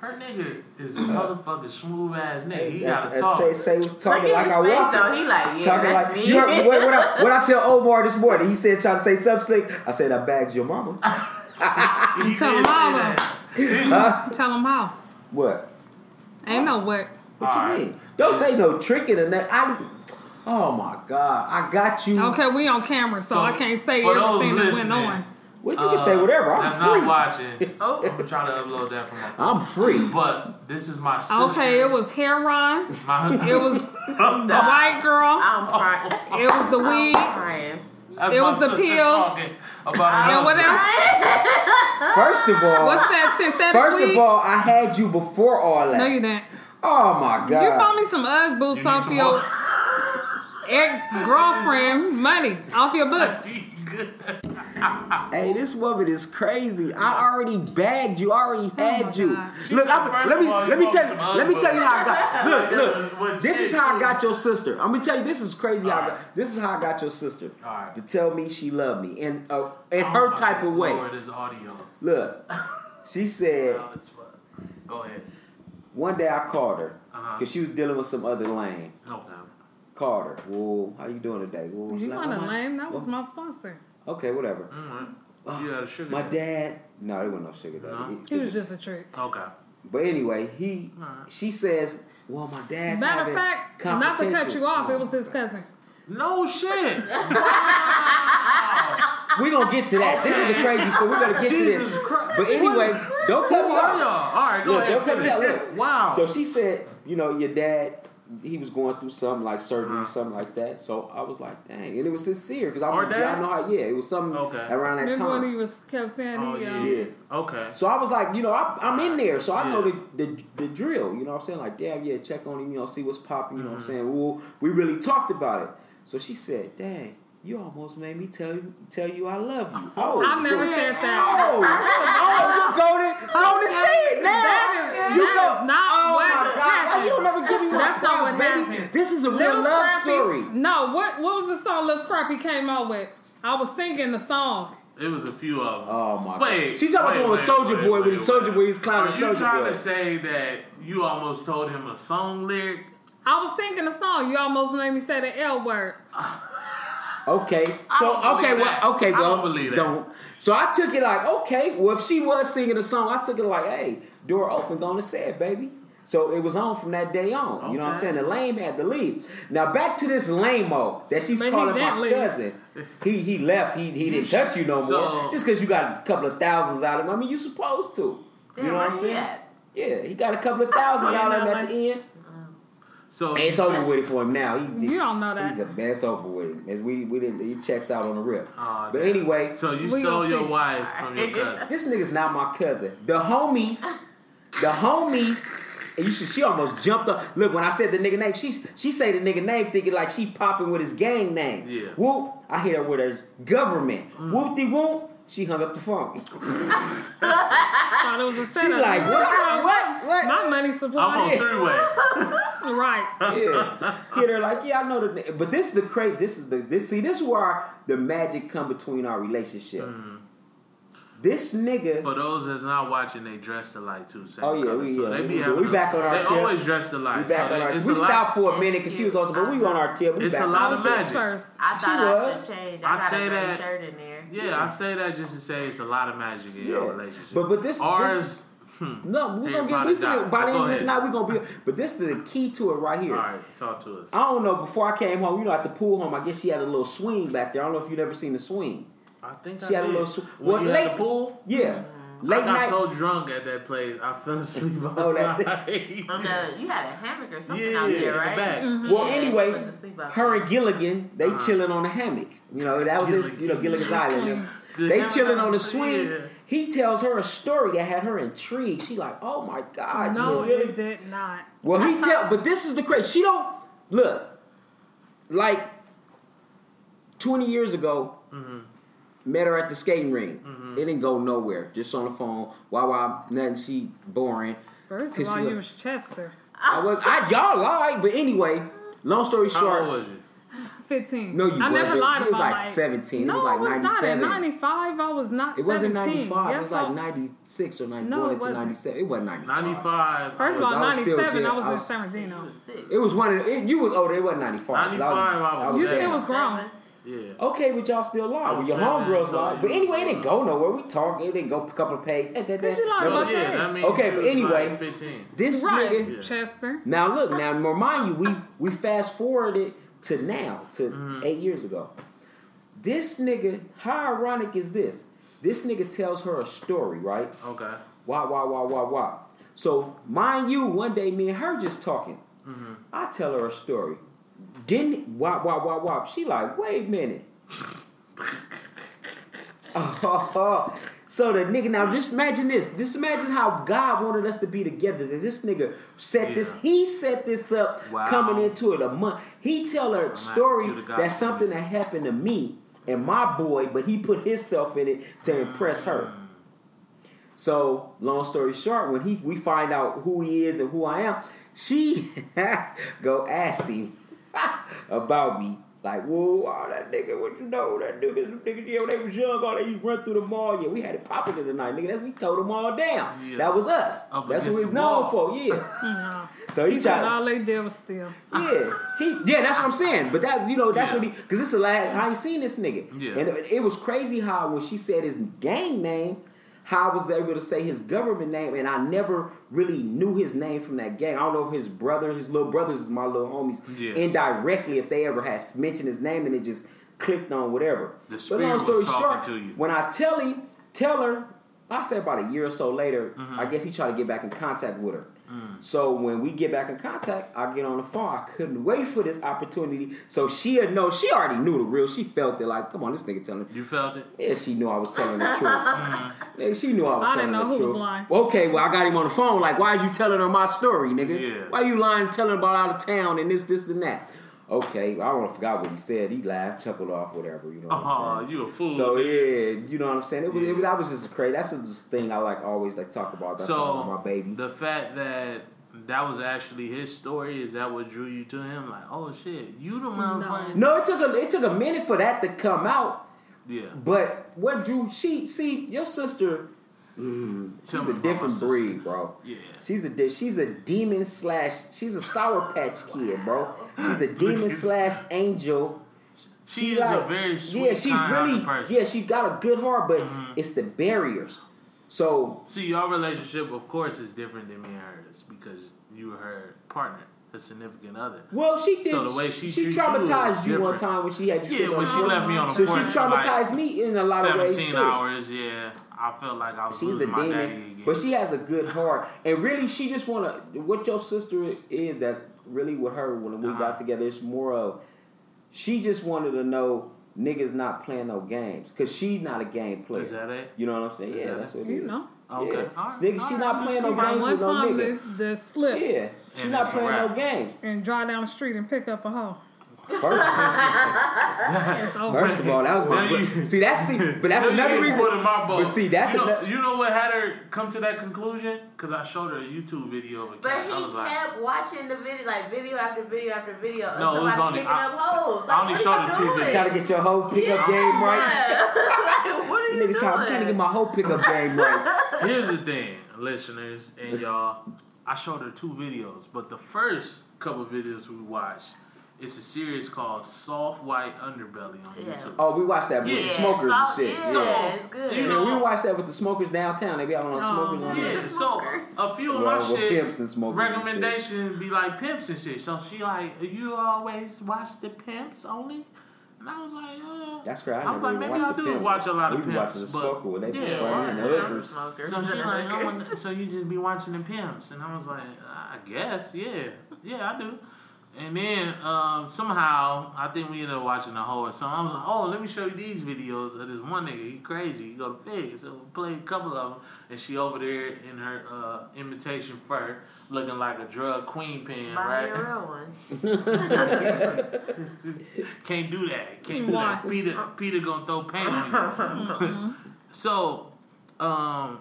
her nigga is a motherfucking smooth ass nigga. He That's- gotta that's- talk. say, say was talking Look like at his I face, walked. though. He like, yeah, talking that's like me. you heard what, what, I, what I tell Omar this morning. He said, "Trying to say something slick." I said, "I bagged your mama." He did Tell say him all that. Huh? Tell them how. What? Ain't no what. What you Alright. mean? Don't say no tricking and that. I. Oh my God! I got you. Okay, we on camera, so, So, I can't say for those everything that went listening, on. Well, you Uh, can say whatever. I'm that's free. not watching. Oh. I'm gonna try to upload that from my phone. I'm free. But this is my sister. Okay, it was Heron. my It was the white girl. I'm crying. It was the I'm weed. crying. That's it my was the sister pills. talking About her And what husband. else? First of all, Ah, What's that synthetic first weed? of all, I had you before all that. no, you didn't. oh my God! You bought me some UGG You boots need off some your more? ex girlfriend money off your books. Hey, this woman is crazy. I already bagged you. I already had Oh God. you. She Look, said, I, first let me of all, you let me want tell some you let me husband. tell you how I got. Look, That's what look. This shit is how I is. got your sister. I'm gonna tell you. This is crazy. How I Alright. got, this is how I got your sister Alright. to tell me she loved me in uh, in Oh her my type of way. Lord, this audio. Look, she said Loud as fuck. Go ahead. one day I called her Uh-huh. because she was dealing with some other lame. No. Called her. Whoa, how you doing today? Whoa, You like, want "Well, to my- lame? That was well, my sponsor. okay, whatever. Mm-hmm. You had a sugar. Oh, My daddy. dad. No, it wasn't no sugar daddy. No? It- He it was just a trick. Okay. But anyway, he Alright. she says, "Well, my dad's Matter having of fact, not to cut complications." you off, it was his cousin. No shit. We're gonna get to that. This is a crazy story. We're gonna get to Jesus this. Christ. But anyway, don't cut Who me are off. y'all? All right, go Look, ahead. don't cut me off. Look. Wow. So she said, "You know, your dad." He was going through something like surgery, something like that. So I was like, "Dang!" And it was sincere because I, Uh-huh. Our was- I dad? know how. Yeah, it was something Okay. around that Remember time. when he was kept saying oh he, yeah. um, Yeah. Okay. So I was like, you know, I, I'm in there, so I know Yeah. the, the the drill. You know what I'm saying? Like, damn, yeah, check on him, you know, see what's popping. You know what I'm saying? Well, we really talked about it. So she said, dang, you almost made me tell you tell you I love you. Oh, I never said that. Oh, oh, you go to, oh, to see it now. That is- you that go, is not oh what my God, happened. you don't ever give me my That's not what props, baby. happened. This is a real Little love Scrappy. story. No, what what was the song Little Scrappy came out with? I was singing the song. It was a few of them. Oh my Wait. God. She talking about the one with Soldier Boy when wait, the Soldier wait. Boy was clowning Are you Soldier trying Boy. to say that you almost told him a song lyric? I was singing the song. You almost made me say the L word. Okay. So don't okay, believe that. well, okay, I well, don't believe that. So I took it like, okay, well, if she was singing the song, I took it like, hey, door open, going to say it, baby. So it was on from that day on. You know what I'm Okay. saying? The lame had to leave. Now back to this lame-o that she's But he calling didn't my leave. cousin. He he left. He he didn't touch you no So- more. Just because you got a couple of thousands out of him. I mean, you supposed to. Damn, you know where what I'm he saying? at? Yeah, he got a couple of thousands out of him at the end. So It's over with it for him now. He, You don't know that. He's a mess over with him. As we we didn't he checks out on the rip. Aw, but Oh, damn. anyway, So you We stole gonna your see. wife from your cousin. this nigga's not my cousin. The homies, the homies. And you should, she almost jumped up. Look, when I said the nigga name, she she say the nigga name thinking like she popping with his gang name. Yeah. Mm. Whoop, I hit her with her government. Whoop de whoop. She hung up the phone. Thought it was a She setup. like, what? What? What? My money I'm on supply. three way. Right. yeah. Hit her like, yeah, I know the. na- But this the crazy. This is the this. See, this is where the magic come between our relationship. Mm. This nigga. For those that's not watching, they dress alike too. Same Oh, yeah, color. we- so yeah, they we- be we- having we back on our They tip. always dress alike. We back so on they, our. it's We a lot- stopped for a minute because she was also, but we on our tip. We It's back a on lot our of tip. magic. First. I She thought I was. should change. I I, got say a gray that- shirt in there. Yeah, I say that just to say it's a lot of magic in Yeah. your relationship. But- but this- ours. hmm, No, we Hey, gonna get. about We to die. finna, by the Go end of this ahead. night, we gonna be. But this is the key to it right here. all right, talk to us. I don't know. Before I came home, you know, at the pool home, I guess she had a little swing back there. I don't know if you've ever seen the swing. I think She I had a did. little sw- when well, you late- at the pool. Yeah, late Mm-hmm. I got night. so drunk at that place, I fell asleep outside. Oh, that- On the, you had a hammock or something yeah, out there, in the right? Mm-hmm. back. Mm-hmm. Well, Yeah, anyway, put the sleep out. her and Gilligan, they Uh-huh. chilling on the hammock. You know, that was his, you know, Gilligan's island. The They hammock chilling on the island, swing. yeah. He tells her a story that had her intrigued. She like, oh my god, No, you really? it did not. Well, he tell, but this is the crazy. She don't look like twenty years ago. Mm-hmm. Met her at the skating ring. It didn't go nowhere. Just on the phone. Why? Why? Nothing. She boring. First Cause of she all, look- you was Chester. I was. I y'all lied. But anyway, long story How short. old was you? 15. No, you I never wasn't. lied It was about like 17. It No, was like I was not. 97. At 95, I was not It 17. wasn't 95. it was Yes, like I- 96 or 90, No, going it into wasn't. 97. It wasn't 95. Ninety five. First of was- all, I was still 97, I dead. was I in was- San You Bernardino. was six. It was one of the, it, you was older. It wasn't 95. 'cause 95, I was You Yeah. still was grown. yeah. Okay, but y'all still lie. I Well, was your seven, homegirls so you lie. uh, But was anyway, it didn't seven. go nowhere. We talked. It didn't go a couple of pages. Eh, eh, eh, Cause eh. you lied So, about yeah, that means Okay, she but was anyway, like fifteen. This Right, nigga. Chester. Now look, now remind you, we we fast forwarded to now, to Mm-hmm. eight years ago. This nigga, how ironic is this? This nigga tells her a story, right? Okay. Why, why, why, why, why? So, mind you, one day me and her just talking. Mm-hmm. I tell her a story. Didn't why, why, why, why? She like, wait a minute. so the nigga now just imagine this. Just imagine how God wanted us to be together. That this nigga set this, Yeah. he set this up Wow. coming into it a month. He tell her a you the story God. that's something that happened to me and my boy, but he put himself in it to impress her. So, long story short, when he we find out who he is and who I am, she go ask him about me. Like, whoa, all that nigga, what you know? That nigga, nigga, yeah, when they was young, all they used to run through the mall. Yeah, we had it popping in the night, nigga. That's we tore them all down. Yeah. That was us. Up That's what against he's the known wall. for. Yeah. No. So he He said tried. all they did was steal. Yeah, he. Yeah, that's what I'm saying. But that you know that's Yeah. what he because it's the last I ain't seen this nigga. Yeah. and it, it was crazy how when she said his gang name, how I was able to say his government name, and I never really knew his name from that gang. I don't know if his brother, his little brothers, is my little homies Yeah. indirectly if they ever had mentioned his name and it just clicked on whatever. The spirit was talking to you. when I tell him, tell her, I said about a year or so later, Mm-hmm. I guess he tried to get back in contact with her. Mm. So when we get back in contact, I get on the phone. I couldn't wait for this opportunity. So she'll know. She already knew the real. She felt it. Like, come on, this nigga telling. You felt it. Yeah, she knew I was telling the truth. Mm. Nigga, she knew I was I telling didn't know the who truth. was lying. Okay, well, I got him on the phone. Like, why is you telling her my story, nigga? Yeah. Why you lying, telling about out of town and this, this, and that? Okay, I don't forgot what he said. He laughed, chuckled off, whatever. You know what I'm Oh, saying? you a fool. So nigga. yeah, you know what I'm saying. It was, it, Yeah. that was just crazy. That's just a thing I like always like talk about. That's so all about my baby. the fact that that was actually his story is that what drew you to him? Like, oh shit, you the motherfucker. No, it took a it took a minute for that to come out. Yeah. But what drew she see your sister? mm, Tell she's me a about my different sister. breed, bro. Yeah. She's a de- she's a demon slash she's a sour patch kid, bro. She's a demon slash angel. She, is a very sweet, yeah. She's kind really person. Mm-hmm. yeah. She got a good heart, but it's the barriers. So See, your relationship, of course, is different than me and hers because you were her partner, her significant other. Well, she did. So the way she treats you traumatized is you, one different. time when she had you. Yeah, sit on when the she porch. left me on the So she porch, traumatized me in a lot of ways Seventeen too. hours. Yeah, I felt like I was She's a losing my daddy demon, again. but she has a good heart, and really, she just wanna. What your sister is that really with her when we Uh-huh. got together, it's more of. She just wanted to know niggas not playing no games because she's not a game player. is that it? You know what I'm saying? Is Yeah, that that's it? what it You is. know. Okay. Yeah. All right, Nigga, she all not right. playing no By games one with no time, nigga. the, the slip Yeah, she And not it's a playing no wrap. games. and drive down the street and pick up a hoe. First, It's over. first of all, that was my Now you- bro- see. That's see, but that's Now you another getting reason. more than my boat. But see, that's you know, ano- you know what had her come to that conclusion? Because I showed her a YouTube video. Of a But cat. he I was kept like, watching the video, like video after video after video. Of No, it was somebody only- picking I- up holes. I Like, only what showed are him you two doing? videos. trying to get your whole pickup game right. Yeah. like, what are you Nigga, trying, I'm trying to get doing? my whole pickup game right. Here's the thing, listeners and y'all. I showed her two videos, but the first couple videos we watched, it's a series called Soft White Underbelly on Yeah. YouTube. Oh, we watched that with the Yeah, smokers so- and shit. Yeah, Yeah. it's good. You And know- then we watched that with the smokers downtown. They be out on the Oh, smokers on Yeah, there. the so smokers. a few of Well, my well, shit pimps and smokers and shit. recommendation be like pimps and shit. So she like, you always watch the pimps only, and I was like, uh. That's correct. I was like, maybe I do watch a lot of We be pimps, watching the but- smoker when they be yeah, playing the right. hookers. Smokers. So she like, I Smokers. wanna- so you just be watching the pimps, and I was like, I guess, yeah, yeah, I do. And then um, somehow I think we ended up watching the whole. So I was like, oh, let me show you these videos of this one nigga. He crazy. He go to fig. So we played a couple of them, and she over there in her uh, imitation fur, looking like a drug queen pin, Buy me a right? real one. Can't do that. Can't do that. Peter, Peter gonna throw paint Uh-huh. on you. so, um,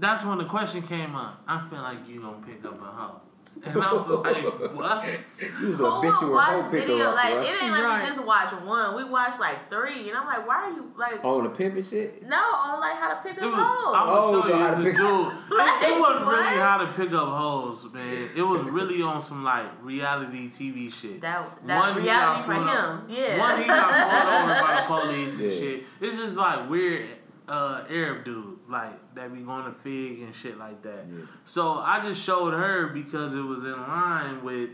that's when the question came up. I feel like you gonna pick up a hoe, and I was like, what? You was a Who bitch would with a whole watch picker video? up, Like bruh. it ain't like Right. we just watch one. We watch like three, and I'm like, why are you like? Oh, the pimp and shit? No, on like how to pick It up was, I was hoes. oh, Oh, so you, how it was to a pick- dude. It, it wasn't really What? how to pick up hoes, man. It was really on some like reality TV shit. That that he reality got for pulled o- him. Yeah. One he got pulled over by the police and Yeah. shit. It's just like weird uh, Arab dude, like that be going to fig and shit like that. Yeah. So I just showed her because it was in line with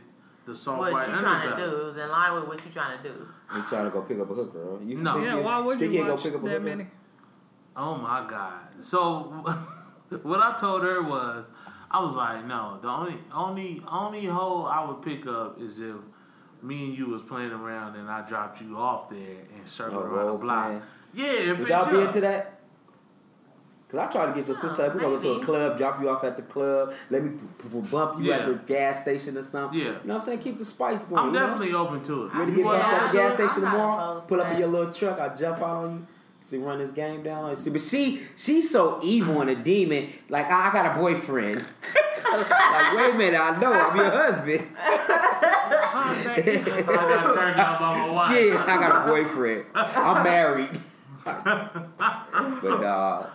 the song what White you trying to Underbelly. do is in line with what you trying to do. You trying to go pick up a hooker, huh? You No. think Yeah, why would think you ain't gonna watch pick up a that hooker? many? Oh my god! So what I told her was, I was like, no, the only only only hole I would pick up is if me and you was playing around and I dropped you off there and circled Oh, around role the block. playing. Yeah, and Would picked y'all you be up. into that? Cause I tried to get your sister. Like, we gonna go to a maybe. club, drop you off at the club. Let me p- p- bump you at Yeah. the gas station or something. Yeah. you know what I'm saying. Keep the spice going. I'm you know? definitely open to it. You ready to You get wanna bumped Yeah, at go the to- I'm gas station not tomorrow? opposed to Pull up in that. your little truck. I jump out on you. See, run this game down on you. See, but she, she's so evil and a demon. Like I, I got a boyfriend. like wait a minute, I know I'm your husband. Oh, thank you. I got turned down by my wife. Yeah, I got a boyfriend. I'm married. but uh,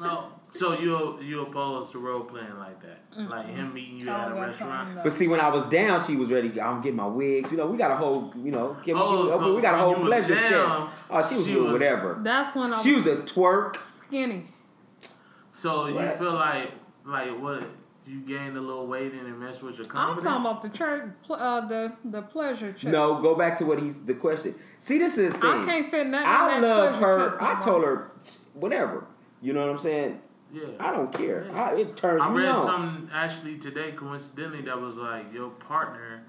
So, so you you opposed to role playing like that, like him meeting you at Oh, a God, restaurant. no. but see, when I was down, she was ready. I'm getting my wigs. You know, we got a whole, you know, get, Oh, get- so we got a when whole you was pleasure down, chest. Oh, she was she doing was- whatever. That's when I was She was a twerk. skinny. So you What? feel like like what you gained a little weight and it messed with your I'm confidence. talking about the church, pl- uh, the the pleasure chest. No, go back to what he's the question. See, this is the thing. I can't fit nothing. I in that love pleasure her. chest I no told more. her whatever. You know what I'm saying? I yeah. don't care. I, it turns I me read on. something actually today, coincidentally, that was like your partner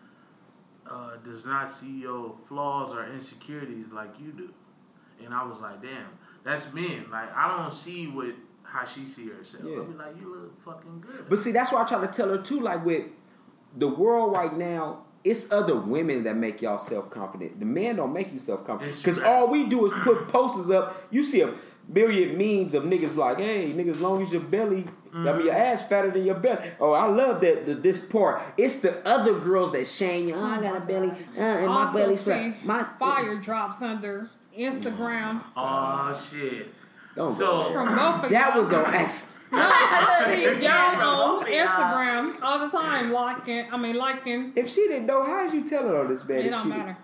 uh, does not see your flaws or insecurities like you do, and I was like, damn, that's men. Like I don't see what how she see herself. Yeah. I be like, you look fucking good. But see, that's why I try to tell her too. Like with the world right now, it's other women that make y'all self confident. The men don't make you self confident It's because true. all we do is put posters up. You see a million memes of niggas like, "Hey, niggas, as long as your belly, I Mm-hmm. mean your ass fatter than your belly." Oh, I love that the, this part. It's the other girls that shame you. Oh, I got a belly, uh, and my Also belly's see fat. My fire drops under Instagram oh shit. Don't So- go there. from both of Oh. That y'all. was on accident. See, y'all on Both of y'all. Instagram all the time liking. I mean liking. If she didn't know, how'd you tell her all this, man? It If don't she- matter.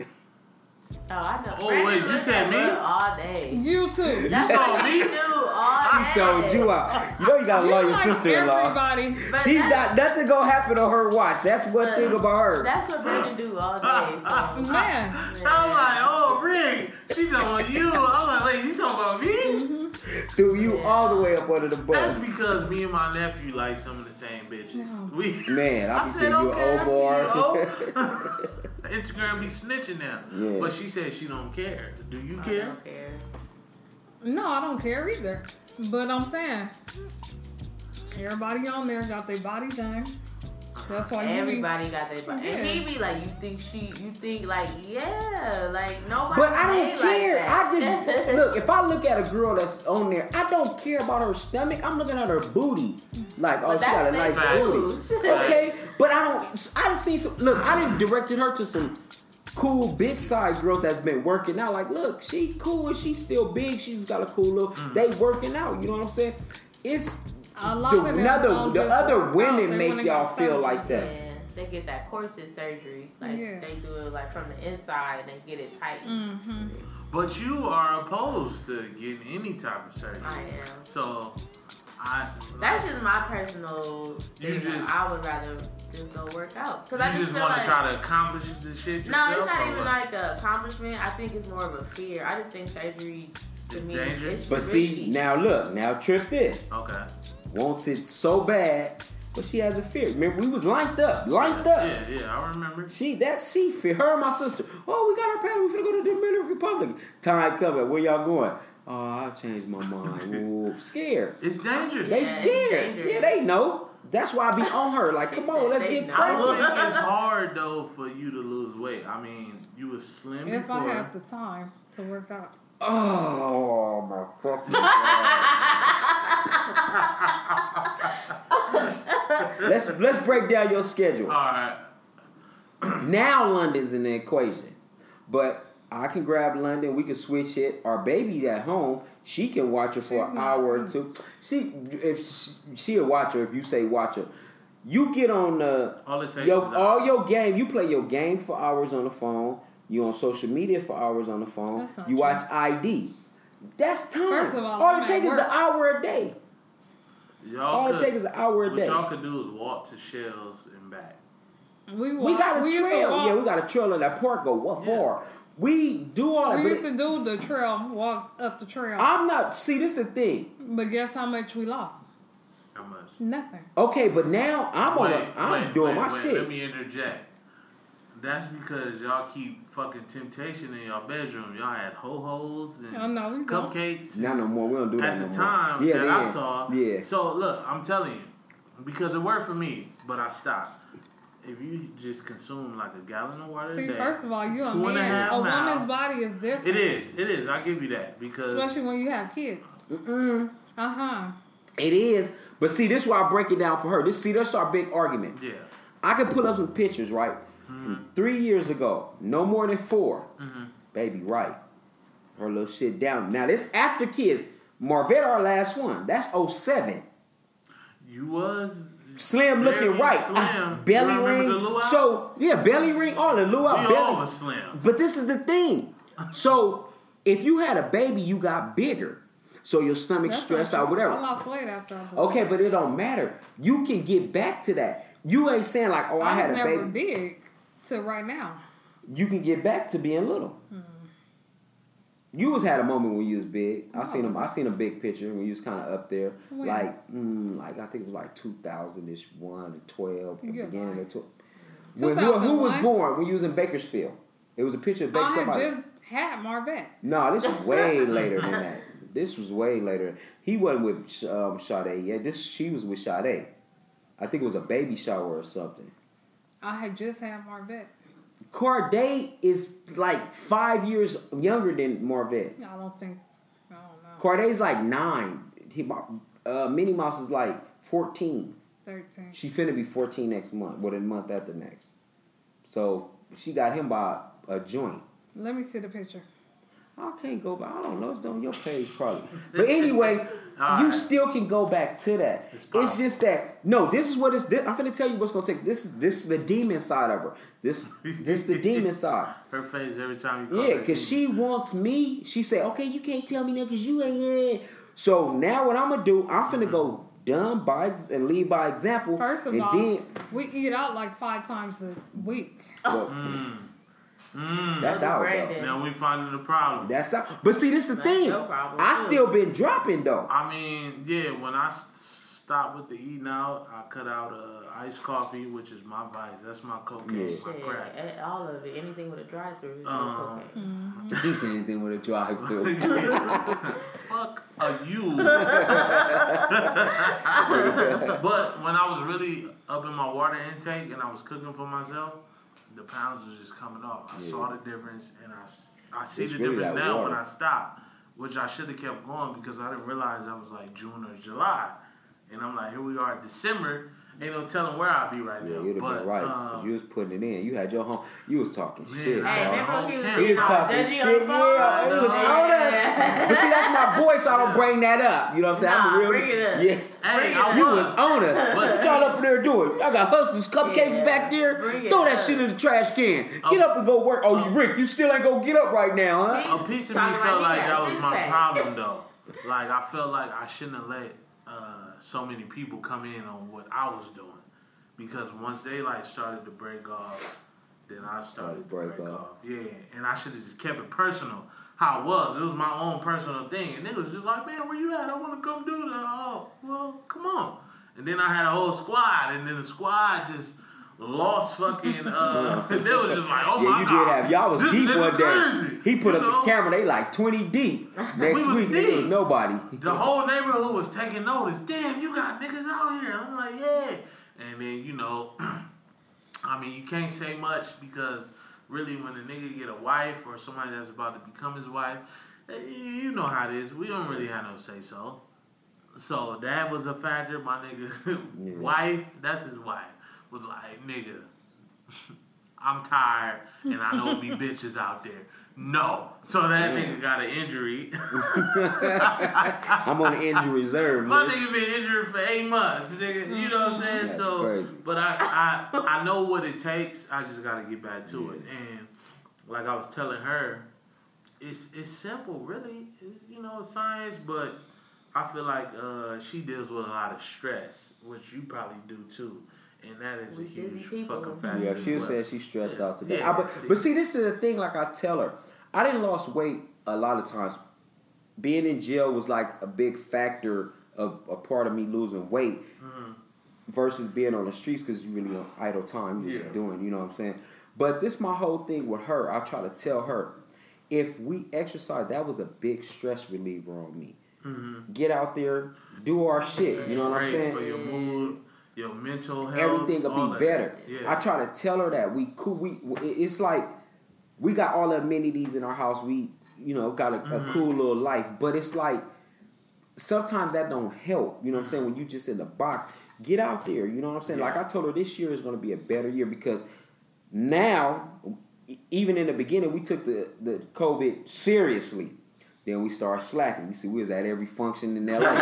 Oh, I know. Oh, wait, you looked said at me? her all day. You too. That's saw what me? we do all day. She sold you out. You know you gotta love You your like sister-in-law. Everybody. But She's that's- not nothing gonna happen on her watch. That's one Uh, But- thing about her. That's what Brenda do all day. So. Man, I'm like, oh, Rick, she talking about you. I'm like, wait, you talking about Mm-hmm. me? Threw you all the way up under the That's bus. because me and my nephew like some of the same bitches. We Man, I I be said, seeing you oh, okay, old I bar. see you, oh. Instagram be snitching now. Yeah. But she said she don't care. Do you I care? don't care. no, I don't care either. But I'm saying, everybody on there got their body done. That's why you be- Everybody got their body. And he be like, you think she, you think like, yeah, like nobody. But I ain't don't care. Like I that. just look. If I look at a girl that's on there, I don't care about her stomach. I'm looking at her booty. Like, oh, But she got a that's nice big booty. boobs. Okay, but I don't. I done seen some. Look, I done directed her to some cool big side girls that's been working out. Like, look, she cool and she's still big. She's got a cool look. Mm. They working out. You know what I'm saying? It's A lot the, of them another, don't the just work other out. women They wanna make get y'all feel surgery. like that. Yeah, they get that corset surgery. Like Yeah. they do it like from the inside and get it tight. Mm. But you are opposed to getting any type of surgery. I am. So, I. That's just my personal. You thing. just- I would rather just go work out because you I just, just feel want like to try to accomplish the shit yourself. no, it's or not even what? like a accomplishment. I think it's more of a fear. I just think surgery to It's me dangerous? It's But see, risky. now look, now trip this. Okay. wants it so bad, but she has a fear. Remember, we was lined up, lined up. Yeah, yeah, I remember. She that she fear her and my sister. Oh, we got our pass. We finna go to Dominican Republic. Time coming. Where y'all going? Oh, I changed my mind. Ooh, scared. It's dangerous. They Yeah, it's scared. dangerous. Yeah, they know. That's why I be on her. Like, come on, let's They get know. I would cracking. think it's hard though for you to lose weight. I mean, you were slim If before. I have the time to work out. Oh my fucking god. let's let's break down your schedule. All right. Now London's in the equation, but I can grab London. We can switch it. Our baby's at home. She can watch her for She's an not hour or home. two. She if she, she'll watch her if you say watch her. You get on the All it takes your, is all your game. You play your game for hours on the phone. You on social media for hours on the phone. That's not You true. watch ID. That's time. First of all, I'm it at takes is an work. hour a day. y'all All could, it takes is an hour a what day. y'all could do is walk to shells and back. We, walk, We got a we used to trail. walk- Yeah, we got a trail in that park. Go what Yeah. for? We do all that. we but used it- to do the trail, walk up the trail. I'm not. See, this is the thing. but guess how much we lost? How much? Nothing. Okay, but now I'm on. Wait, A, I'm wait, doing wait, my wait, shit. Let me interject. That's because y'all keep fucking temptation in y'all bedroom. Y'all had ho hos and Oh, no, we don't. cupcakes. Not no more. We don't do that at no the more. time yeah, that they I ain't. saw. Yeah. So look, I'm telling you, because it worked for me, but I stopped. If you just consume like a gallon of water, a See, day, first of all, you're a two and man. half A, miles- woman's body is different, It is. It is. I give you that because especially when you have kids. Uh huh. It is. But see, this is why I break it down for her. This see, that's our big argument. yeah, I can pull up some pictures, right? Mm-hmm. From three years ago, no more than 4 Baby, right? Her little shit down. Now this after kids. Marvette, our last one. That's 07. you was Slim looking Very right. slim. Ah, You belly remember ring. the luau? So yeah, belly ring. All the luau. we belly. all was slim. But this is the thing. So if you had a baby, you got bigger. So your stomach That's stressed not out, true. I whatever. lost weight after. I Okay, but it don't matter. You can get back to that. You ain't saying like, oh, I, I had a was never baby. big to right now. You can get back to being little. Hmm. You was had a moment when you was big. I seen him. I seen a big picture when you was kind of up there, When? like, mm, like I think it was like two thousand ish, one to twelve, the You're beginning of twelve. When who, 2001? who was born when you was in Bakersfield? It was a picture of Baker. I had somebody. just had Marvette. No, this was way later than that. This was way later. He wasn't with um, Sade yet. This she was with Sade. I think it was a baby shower or something. I had just had Marvette. Corday is like five years younger than Marvette. I don't think. I don't know. Corday's like nine. He, uh, Minnie Mouse is like fourteen. Thirteen. She finna be fourteen next month. Well, the month after next. So she got him by a joint. Let me see the picture. I can't go back. I don't know. It's on your page probably. But anyway, All you right. still can go back to that. It's It's, possible. just that no. This is what it's. This, I'm gonna tell you what's gonna take. This is this is the demon side of her. This this the demon side. Her face every time you. call Yeah, her because name. she wants me. She said, okay, you can't tell me now because you ain't in. So now what I'm gonna do? I'm Mm-hmm. finna go dumb by ex- and lead by example. First of and all, then we eat out like five times a week. well, Mm-hmm. that's out though. Brandon. Mm. Now we finding the problem. That's out. But see, this the That's thing. your problem, I too. still been dropping though. I mean, yeah. When I s- stopped with the eating out, I cut out uh, iced coffee, which is my vice. That's my cocaine, Yeah. my Shit, crack. eh, all of it, anything with a drive-through is Um, okay. This anything with a drive through. Fuck a you. But when I was really up in my water intake and I was cooking for myself, the pounds was just coming off. I Yeah. saw the difference, and I, s- I see It's the really difference that now water. when I stopped, which I should have kept going because I didn't realize I was like June or July, and I'm like, here we are, December. Ain't no telling where I'd be right Yeah, now. you'd have but, been right. 'cause um, you was putting it in. You had your home. You was talking Man, shit, I- Nah, Hey, dog. remember when he was, okay. He was talking judging shit. on the phone? Yeah, he was on us. But see, that's my boy, so I don't bring that up. You know what I'm saying? I'm a Nah, real. bring it up. Yeah. Hey, Bring it I You up. was. was on us. What y'all up in there doing? Y'all got hustlers, cupcakes Yeah. back there. Bring it Throw that up. shit in the trash can. Get Oh. up and go work. Oh, you Rick, you still ain't gonna get up right now, huh? a piece of me Talking felt about he like got that a was my six-pack. problem though. Like I felt like I shouldn't have let uh, so many people come in on what I was doing because once they like started to break off, then I started to break, off. Yeah, and I should have just kept it personal. How it was, it was my own personal thing, and niggas was just like, "Man, where you at? I want to come do that." Oh, well, come on. And then I had a whole squad, and then the squad just lost fucking. Uh, they was just like, "Oh Yeah, my you god, did have y'all was this deep nigga one day. crazy. He put You up know? the camera. They like twenty deep. Next was week there deep. was nobody. The whole neighborhood was taking notice. Damn, you got niggas out here. I'm like, yeah. And then you know, I mean, you can't say much because really, when a nigga get a wife or somebody that's about to become his wife, eh, you know how it is. We don't really have no say so. So that was a factor. My nigga, Yeah. wife, that's his wife, was like, nigga, I'm tired and I know be bitches out there. No. So that Yeah. nigga got an injury. I'm on the injury reserve My list. nigga been injured for eight months, nigga. You know what I'm saying? That's so, crazy. but I, I I know what it takes. I just gotta get back to it. And like I was telling her, it's it's simple, really. It's you know science, but I feel like uh, she deals with a lot of stress, which you probably do too. And that is a We busy huge people. fucking factor. Yeah, as she well. was saying she's stressed Yeah. out today. Yeah, I- but, see. but see, this is the thing. Like I tell her, I didn't lost weight a lot of times. Being in jail was like a big factor of a part of me losing weight Mm-hmm. versus being on the streets because you really on idle time. You Yeah. just doing, you know what I'm saying. But this my whole thing with her. I try to tell her, if we exercise, that was a big stress reliever on me. Get out there, do our shit. You know what I'm Great saying? Mm-hmm. For your mood, your mental health, everything all will be that. better. Yeah. I try to tell her that we cool. We it- it's like we got all the amenities in our house. We you know got a, Mm-hmm. a cool little life, but it's like sometimes that don't help. You know what I'm saying? When you just in the box, get out there. You know what I'm saying? Yeah. Like I told her, this year is going to be a better year because now, e- even in the beginning, we took the the COVID seriously. Then we started slacking. You see, we was at every function in LA. Y'all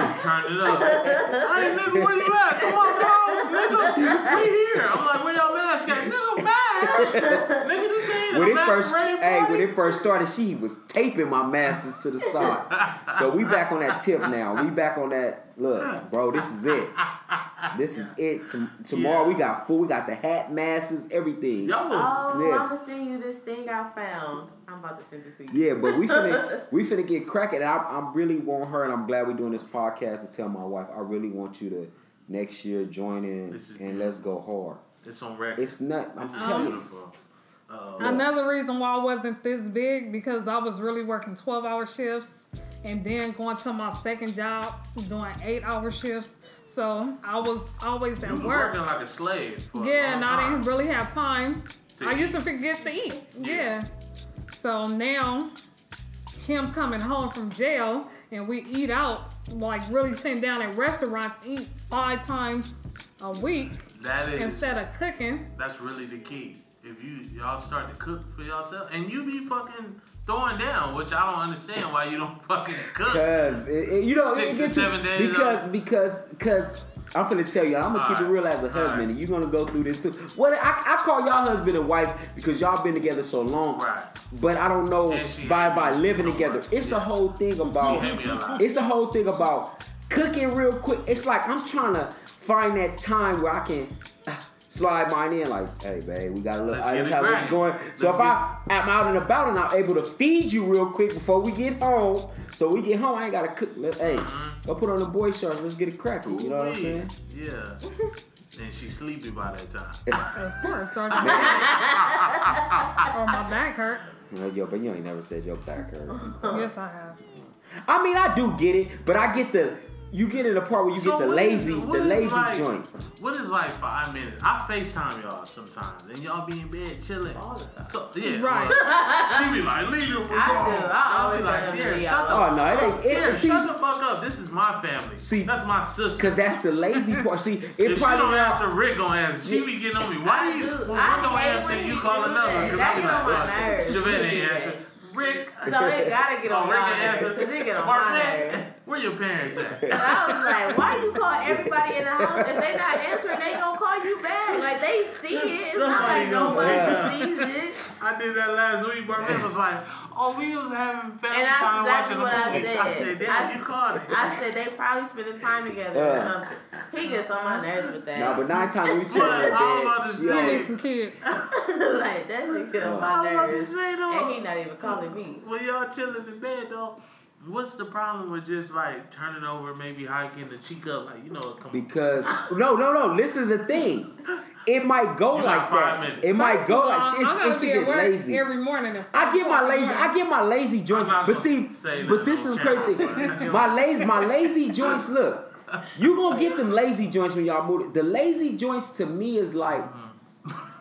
was turning it up. hey, nigga, where you at? Come on, dog. Nigga, we here. I'm like, where y'all mask at? Nigga, mask. nigga, this ain't when a it first, masquerade hey, party. when it first started, she was taping my masters to the side. so we back on that tip now. We back on that. Look, bro, this is it. This is it. Tom- tomorrow we got food. We got the hat, masters, everything. y'all was, Oh, Yeah. I'm gonna send you this thing I found. I'm about to send it to you. Yeah, but we finna we finna get cracking. I, I really want her, and I'm glad we're doing this podcast to tell my wife. I really want you to next year join in This is and let's go hard. it's on record. It's not. I'm this is telling you. beautiful. Uh, Another reason why I wasn't this big because I was really working 12 hour shifts and then going to my second job doing eight hour shifts. So I was always at you was work. working like a slave for a Yeah, long and I time. didn't really have time. To I eat. used to forget to eat. Yeah. Yeah. So now, him coming home from jail and we eat out, like really sitting down at restaurants, eat five times a week That is, instead of cooking. that's really the key. If you y'all start to cook for yourself, and you be fucking throwing down, which I don't understand why you don't fucking cook. Because it, it- you know, Six it to gets you- seven days Because because because I'm finna tell you, I'm gonna keep it Alright. real as a husband, Alright. and you're gonna go through this too. What I, I call y'all husband and wife because y'all been together so long, Right. But I don't know And she by hate by me living so together. much. It's a Yeah. whole thing She about. hate me a lot. It's a whole thing about cooking real quick. It's like I'm trying to find that time where I can uh, slide mine in. Like, hey, babe, we got a little Let's ice get it how it's right. going. So Let's if I am out and about and I'm able to feed you real quick before we get home, so we get home, I ain't gotta cook. Let, hey, go put on the boy shorts. Let's get it cracking. You know what I'm Mm-hmm. Ooh-wee. saying? Yeah. and she sleepy by that time. Of course, or my back, or Oh, my back hurt. You know, yo, but you ain't never said your back hurt. Yes, I have. I mean, I do get it, but I get the you get in the part where you So get the what is- lazy, what the is lazy like- joint. What is like five minutes? I FaceTime y'all sometimes, and y'all be in bed chilling. All the time. So yeah, Right. well, she be like, "Leave your I do. I always tell them to "Jared, leave shut the Oh no, it ain't. It, Jared, see, shut the fuck up. This is my family. See- that's my sister. Cause that's the lazy part. See, if it she don't probably answer, Rick gonna answer. She be getting on me. Why I do you? do. When I one don't hate answer, when you you call do another. that. Cause That I be get on my like, nerves. Javette ain't Yeah. answer. Rick, So it gotta get oh, on Rick my ain't answer. nerves. Cause it get on my nerves. Barnett, where your parents at? And I was like, why you call everybody in the house if they not answering? They gonna call you back. Like they see it. It's not like Somebody nobody sees it. I did that last week. Barnett was like, "Oh, we was having family And that's time exactly watching what a I movie." said. I said, I "Damn, s- you caught it." I said they probably spending time together or Yeah. something. He gets on my nerves with that. no, but nine times we chill But in I was about to say- the bed. Need some kids. like that shit get on I my was about to nerves. say And though. he not even calling me. When y'all chilling in bed though, what's the problem with just like turning over, maybe hiking the cheek up, like you know, come Because no, no, no. This is a thing. It might go You got like five that. minutes. It might First go of like all, shit. I gotta It's, it's be get at work lazy. every morning. at I get my four in the lazy. morning. I get my lazy I'm joint. not But gonna see, say that but this on is crazy. camera. My lazy, my lazy joints. Look, you gonna get them lazy joints when y'all move. it. The lazy joints to me is like.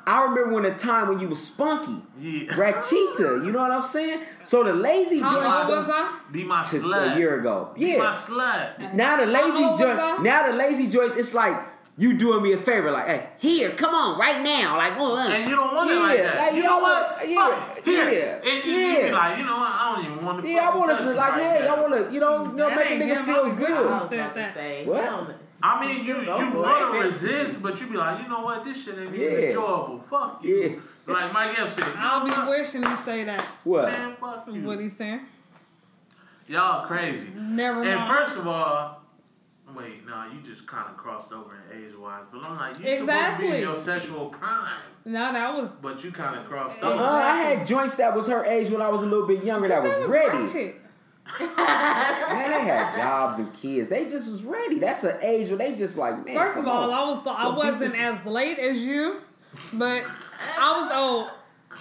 I remember when a time when you was spunky, Yeah. ratchita. You know what I'm saying? So the lazy How old joints was I? be my to- to slut. a year ago. Be my Yeah. slut. Now the lazy old was I? joint. Now the lazy joints. It's like you doing me a favor. Like, hey, here, come on, right now. Like, oh, uh. And you don't want it like Yeah, that. like, you y'all know what? want- yeah, Fuck it. Here. yeah, And you, you be yeah. like, you know what? I don't even want to. yeah, I want to like, hey, I want to, you know, you know, That make a ain't nigga him. feel I Who good. was said about to that? say, What? hell no. I mean, you go you for want to it. resist, but you be like, you know what? This shit ain't even Yeah. enjoyable. Fuck you. Yeah. Like Mike Epps said, I'll you know be what? wishing you say that. What? Man, fuck What you. he's saying. Y'all crazy. Never And mind. first of all, wait, no, you just kind of crossed over in age wise, but I'm like, you supposed to be Exactly. in your sexual prime, no, that was but you kind of crossed Uh, over. I had joints that was her age when I was a little bit younger. That was that was ready. ratchet. Man, they had jobs and kids. They just was ready. That's an age where they just like, man. First of come all, on. I was I Come beat wasn't this- as late as you, but I was oh, old.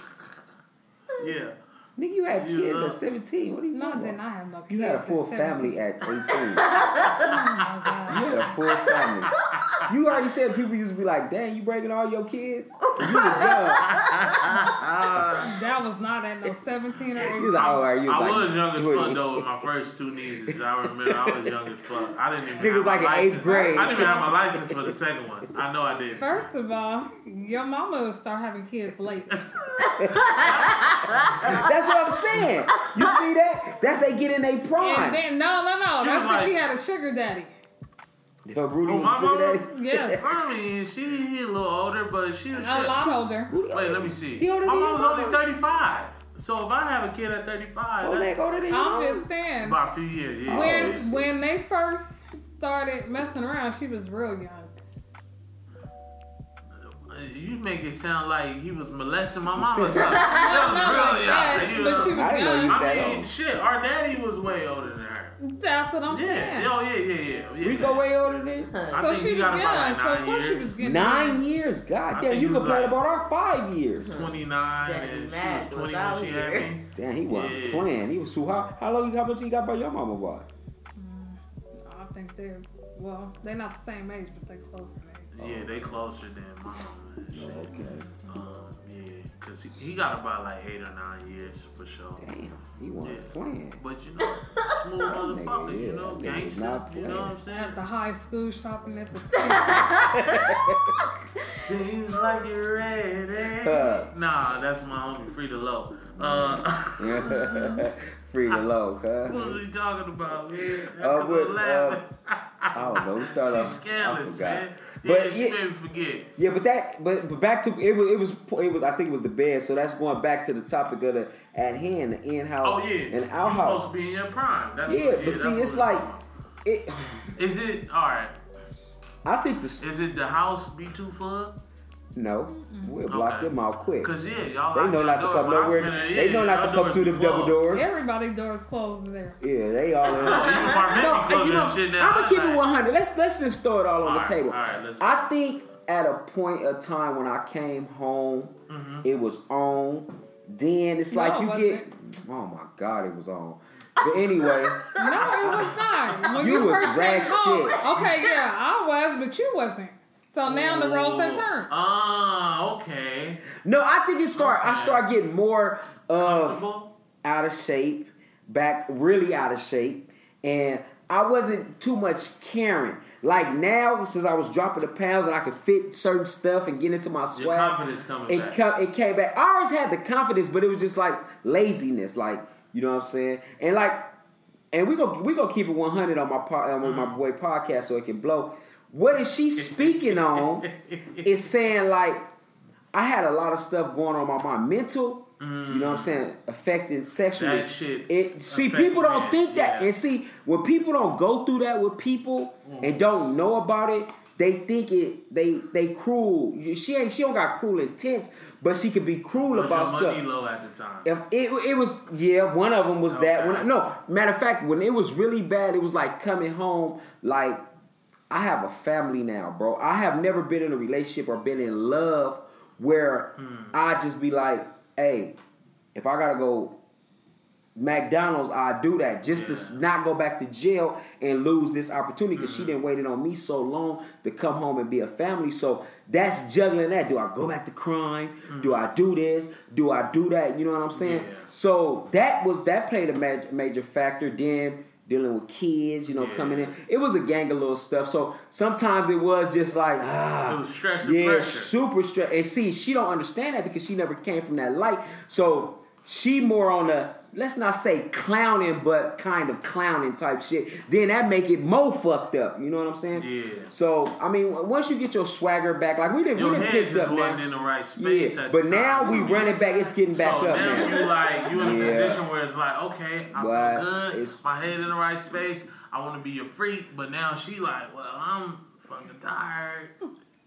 Yeah. nigga, you had You kids know. at seventeen. What are you No, I talking did about? not have no kids. You had a full at 17. family at eighteen. Oh my God. You had a full family. You already said people used to be like, "Dang, you bringing all your kids?" You was young. That was not at no 17 You was or 18. like, "Oh, are you?" I like, was young as 20. fuck though with my first two nieces. I remember I was young as fuck. I didn't even. Nigga was have like my in eighth license. grade. I didn't even have my license for the second one. I know I did. First of all, your mama would start having kids late. That's what I'm saying. You see that? That's they get in their And prime. then, no, no, no. She That's was because she like- had a sugar daddy. Yo, Rudy Oh, was my sugar mama? daddy. Yes. I mean, she he a little older, but she was. A lot older. Rudy uh, Wait, older- let me see. He My older than mom was your only mama. thirty five. So if I have a kid at thirty five, Oleg that's older than your I'm mama. just saying. about a few years. Yeah. Oh, When It's- when they first started messing around, she was real young. You make it sound like he was molesting my mama. or something. That Not was really like that, out, you but she know. was I didn't know you was young. I that mean, old. shit, our daddy was way older than her. That's what I'm Yeah. saying. Oh, yeah, yeah, yeah. yeah. Rico way older than I So think she you was got young. about like so of nine course she years. was getting nine years. God I damn, think you he was complained like- about our five years. 29 Daddy and she Mac was was 20 out when she had here. me. Damn, he wasn't Yeah. playing. He was too high. How long? How much he got by your mama? Boy, I think they're well, they're not the same age, but they're close in age. Yeah, they closer than my mama and shit. okay. Um, yeah, because he, he got about like eight or nine years for sure. Damn, he wasn't Yeah. playing. But you know, smooth motherfucker, Nigga, yeah, you know, that nigga's gangster, not you know playing. what I'm saying? At the high school shopping at the Seems like you're ready. Huh. Nah, that's my homie Free to Low. Uh, Free the low, huh? what was he talking about, man? Uh, Because with, I'm laughing. I don't know. We started She's off. I scandalous, forgot. man. Yeah, But she yeah- made me forget. Yeah, but that, but, but back to it was, it was, it was. I think it was the bed. So that's going back to the topic of the at hand, the in Oh house, yeah, and You out Supposed house. to be in your prime. That's Yeah, what, but that's see, what it's we're like- talking about. It, is it all right? I think the s- Is it the house be too fun? no, we'll block Okay. them out quick. Cause yeah, y'all. They lock that know not to door, come but I nowhere. spent a- They yeah, know not y'all not to come doors through be them double closed. doors. everybody doors closed there. Yeah, they all in. Even Parmenti No, and closing you know, and shit now. I'm gonna keep it Like, 100. Let's let's just throw it all on All the right, table. all right, let's go. I think at a point of time when I came home, it was on. Then it's Mm-hmm. No, like it you wasn't. get, oh my god, it was on. But anyway, No, it was not. When You you, was first rag came home, shit. okay, yeah, I was, but you wasn't. So now the roles Oh. have turned. Ah, okay. no, I think it start. I start getting more of Well, out of shape, back really out of shape, and I wasn't too much caring. Like now, since I was dropping the pounds and I could fit certain stuff and get into my swag, Your confidence coming it back. co- it came back. I always had the confidence, but it was just like laziness, like you know what I'm saying, and like, and we go we gonna keep it 100 on my po- uh, on my Mm-hmm. boy podcast so it can blow. What is she speaking on? is saying like I had a lot of stuff going on my mind, mental. You know what I'm saying? Affecting sexually. Mm. That shit It see affects people don't men, think that, yeah. and see when people don't go through that with people and don't know about it, they think it. They they cruel. You- She ain't. She don't got cruel intents, but she could be cruel was about your money stuff. low at the time? If it, it was yeah, one of them was that. Okay. When, no, matter of fact, when it was really bad, it was like coming home. Like I have a family now, bro. I have never been in a relationship or been in love where Hmm. I just be like, hey, if I gotta go McDonald's, I do that just to s- Yeah. Mm-hmm. not go back to jail and lose this opportunity because she didn't waited on me so long to come home and be a family. So that's juggling that. Do I go back to crime? Do I do this? Do I do that? You know what I'm saying? Mm. Yeah. So that was that played a major, major factor. Then dealing with kids, you know, Yeah. coming in, it was a gang of little stuff. So sometimes it was just like ah, It was stress and yeah, pressure. super stress. And see, she don't understand that because she never came from that light. So she more on the let's not say clowning, but kind of clowning type shit. Then that make it more fucked up. You know what I'm saying? Yeah. So I mean, w- once you get your swagger back, like we didn't, Your we didn't head picked just up wasn't in now. the right space. Yeah, at but the now time. we running back. It's getting back so up now now. you like you in a Yeah. position where it's like, okay, I But feel good. it's- my head in the right space. I want to be a freak, but now she like, well, I'm fucking tired.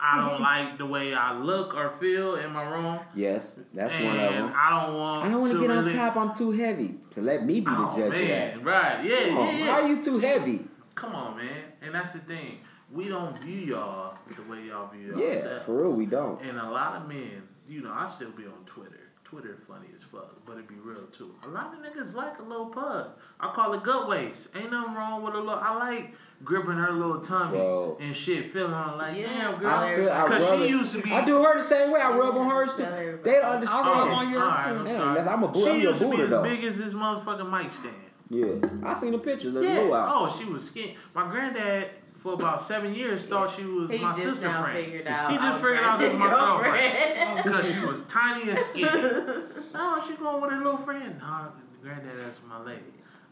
I don't like the way I look or feel. Am I wrong? Yes, that's and one of them. I don't want. I don't want to to get on really- top. I'm too heavy. So let me be the Oh, judge man. of that. Right? Yeah, Come on, yeah, yeah. Why are you too heavy? Come on, man. And that's the thing. We don't view y'all the way y'all view Yeah, yourselves. for real, we don't. And a lot of men, you know, I still be on Twitter. Twitter funny as fuck, but it be real too. A lot of niggas like a little pug. I call it gut waist. Ain't nothing wrong with a little. I like gripping her little tummy Bro. and shit, feeling her like, Yeah. damn girl. I feel I Cause rub she it- used to be- I do her the same way. I rub on hers too. They don't understand. I rub Oh, on yours alright, too. I'm Damn, sorry. that's- I'm a Buddha- I'm She your used to be Buddha, as though. big as this motherfucking mic stand. Yeah, I seen the pictures of Yeah. Luau. Oh, she was skinny. My granddad, for about seven years, thought she was He my just sister now friend. figured out. He just I was figured out this was my girlfriend. Because she was tiny and skinny. oh, she going with her little friend. Nah, granddad, that's my lady.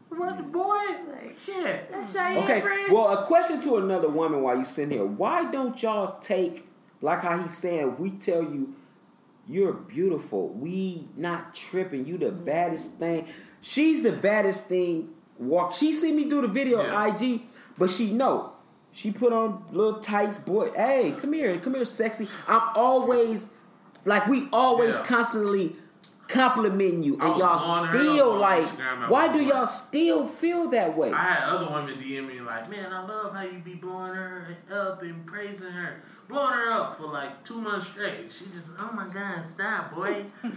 What the boy? Like, Shit. That's Cheyenne Okay, friend. well, a question to another woman while you sitting here. Why don't y'all take like how he's saying? We tell you you're beautiful. We not tripping. You the baddest thing. She's the baddest thing. Walk. She see me do the video Yeah. on IG, but she know. She put on little tights, boy. Hey, come here, come here, sexy. I'm always like we always Yeah. constantly complimenting you, I and was y'all on her, I was still on like. Instagram at Why one do point. y'all still feel that way? I had other women DM me like, man, I love how you be blowing her up and praising her. Blowing her up for like two months straight. She just, oh my God, stop, boy. Oh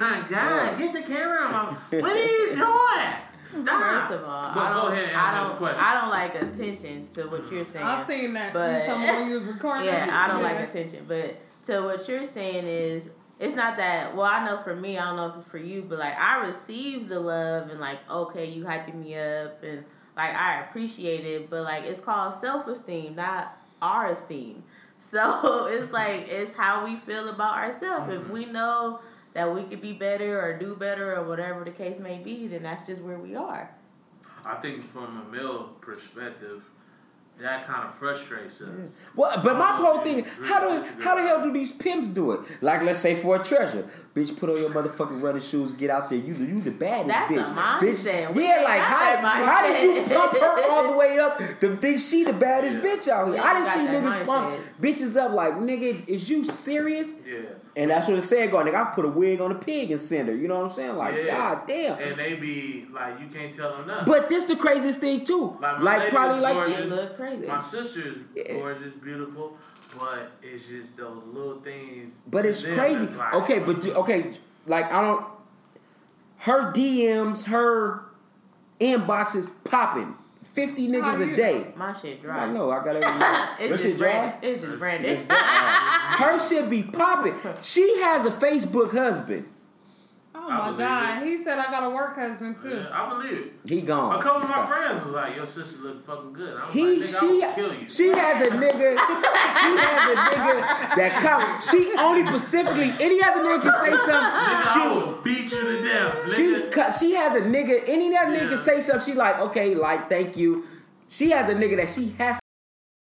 my God, get the camera on. What are you doing? Stop. First of all, But I go don't, ahead and I answer don't, this question. I don't like attention to what you're saying. I seen that. But- you told me when you was recording. Yeah, I don't like attention. But to what you're saying is, it's not that. Well, I know for me, I don't know if for you, but like I received the love and like, okay, you hyping me up and like I appreciate it, but like it's called self esteem, not our esteem. So it's like it's how we feel about ourselves. Mm-hmm. If we know that we could be better or do better or whatever the case may be, then that's just where we are. I think from a male perspective, that kind of frustrates us. Well, but my Oh, whole yeah, thing, agree, how do disagree. how the hell do these pimps do it? Like, let's say for a treasure, bitch, put on your motherfucking running shoes, get out there. You the- you the baddest That's bitch, a mindset. bitch. We yeah, ain't like got how, that how did you mindset. pump her all the way up to think she the baddest Yeah. bitch out We here? ain't I done got seen that niggas pump bitches up like, nigga, is you serious? Yeah. And that's what it said, going, nigga. I put a wig on a pig and send her. You know what I'm saying? Like, Yeah. god damn. And they be like, you can't tell them nothing. but this the craziest thing too. Like, Like, my lady probably was like gorgeous. You look crazy. My sister is Yeah. gorgeous, beautiful, but it's just those little things. But to it's them crazy. that's like- okay, but do- okay, like I don't. Her DMs, her Inboxes popping. 50 How niggas you- a day. My shit dry. I know, I gotta. It's That just shit dry? branded. It's just branded. It's Her shit be popping. She has a Facebook husband. Oh I my believe god, he said I got a work husband too. Yeah, I believe it. He gone. A couple of my friends was like, "Your sister look fucking good." I was He, like, "Nigga, she, I would kill you." she has a nigga. She has a nigga that come. She only specifically any other nigga can say Nigga, something. I She would beat you to death. She Nigga. cu- she has a nigga. Any that nigga Yeah. say something, she like okay, like thank you. She has a nigga that she has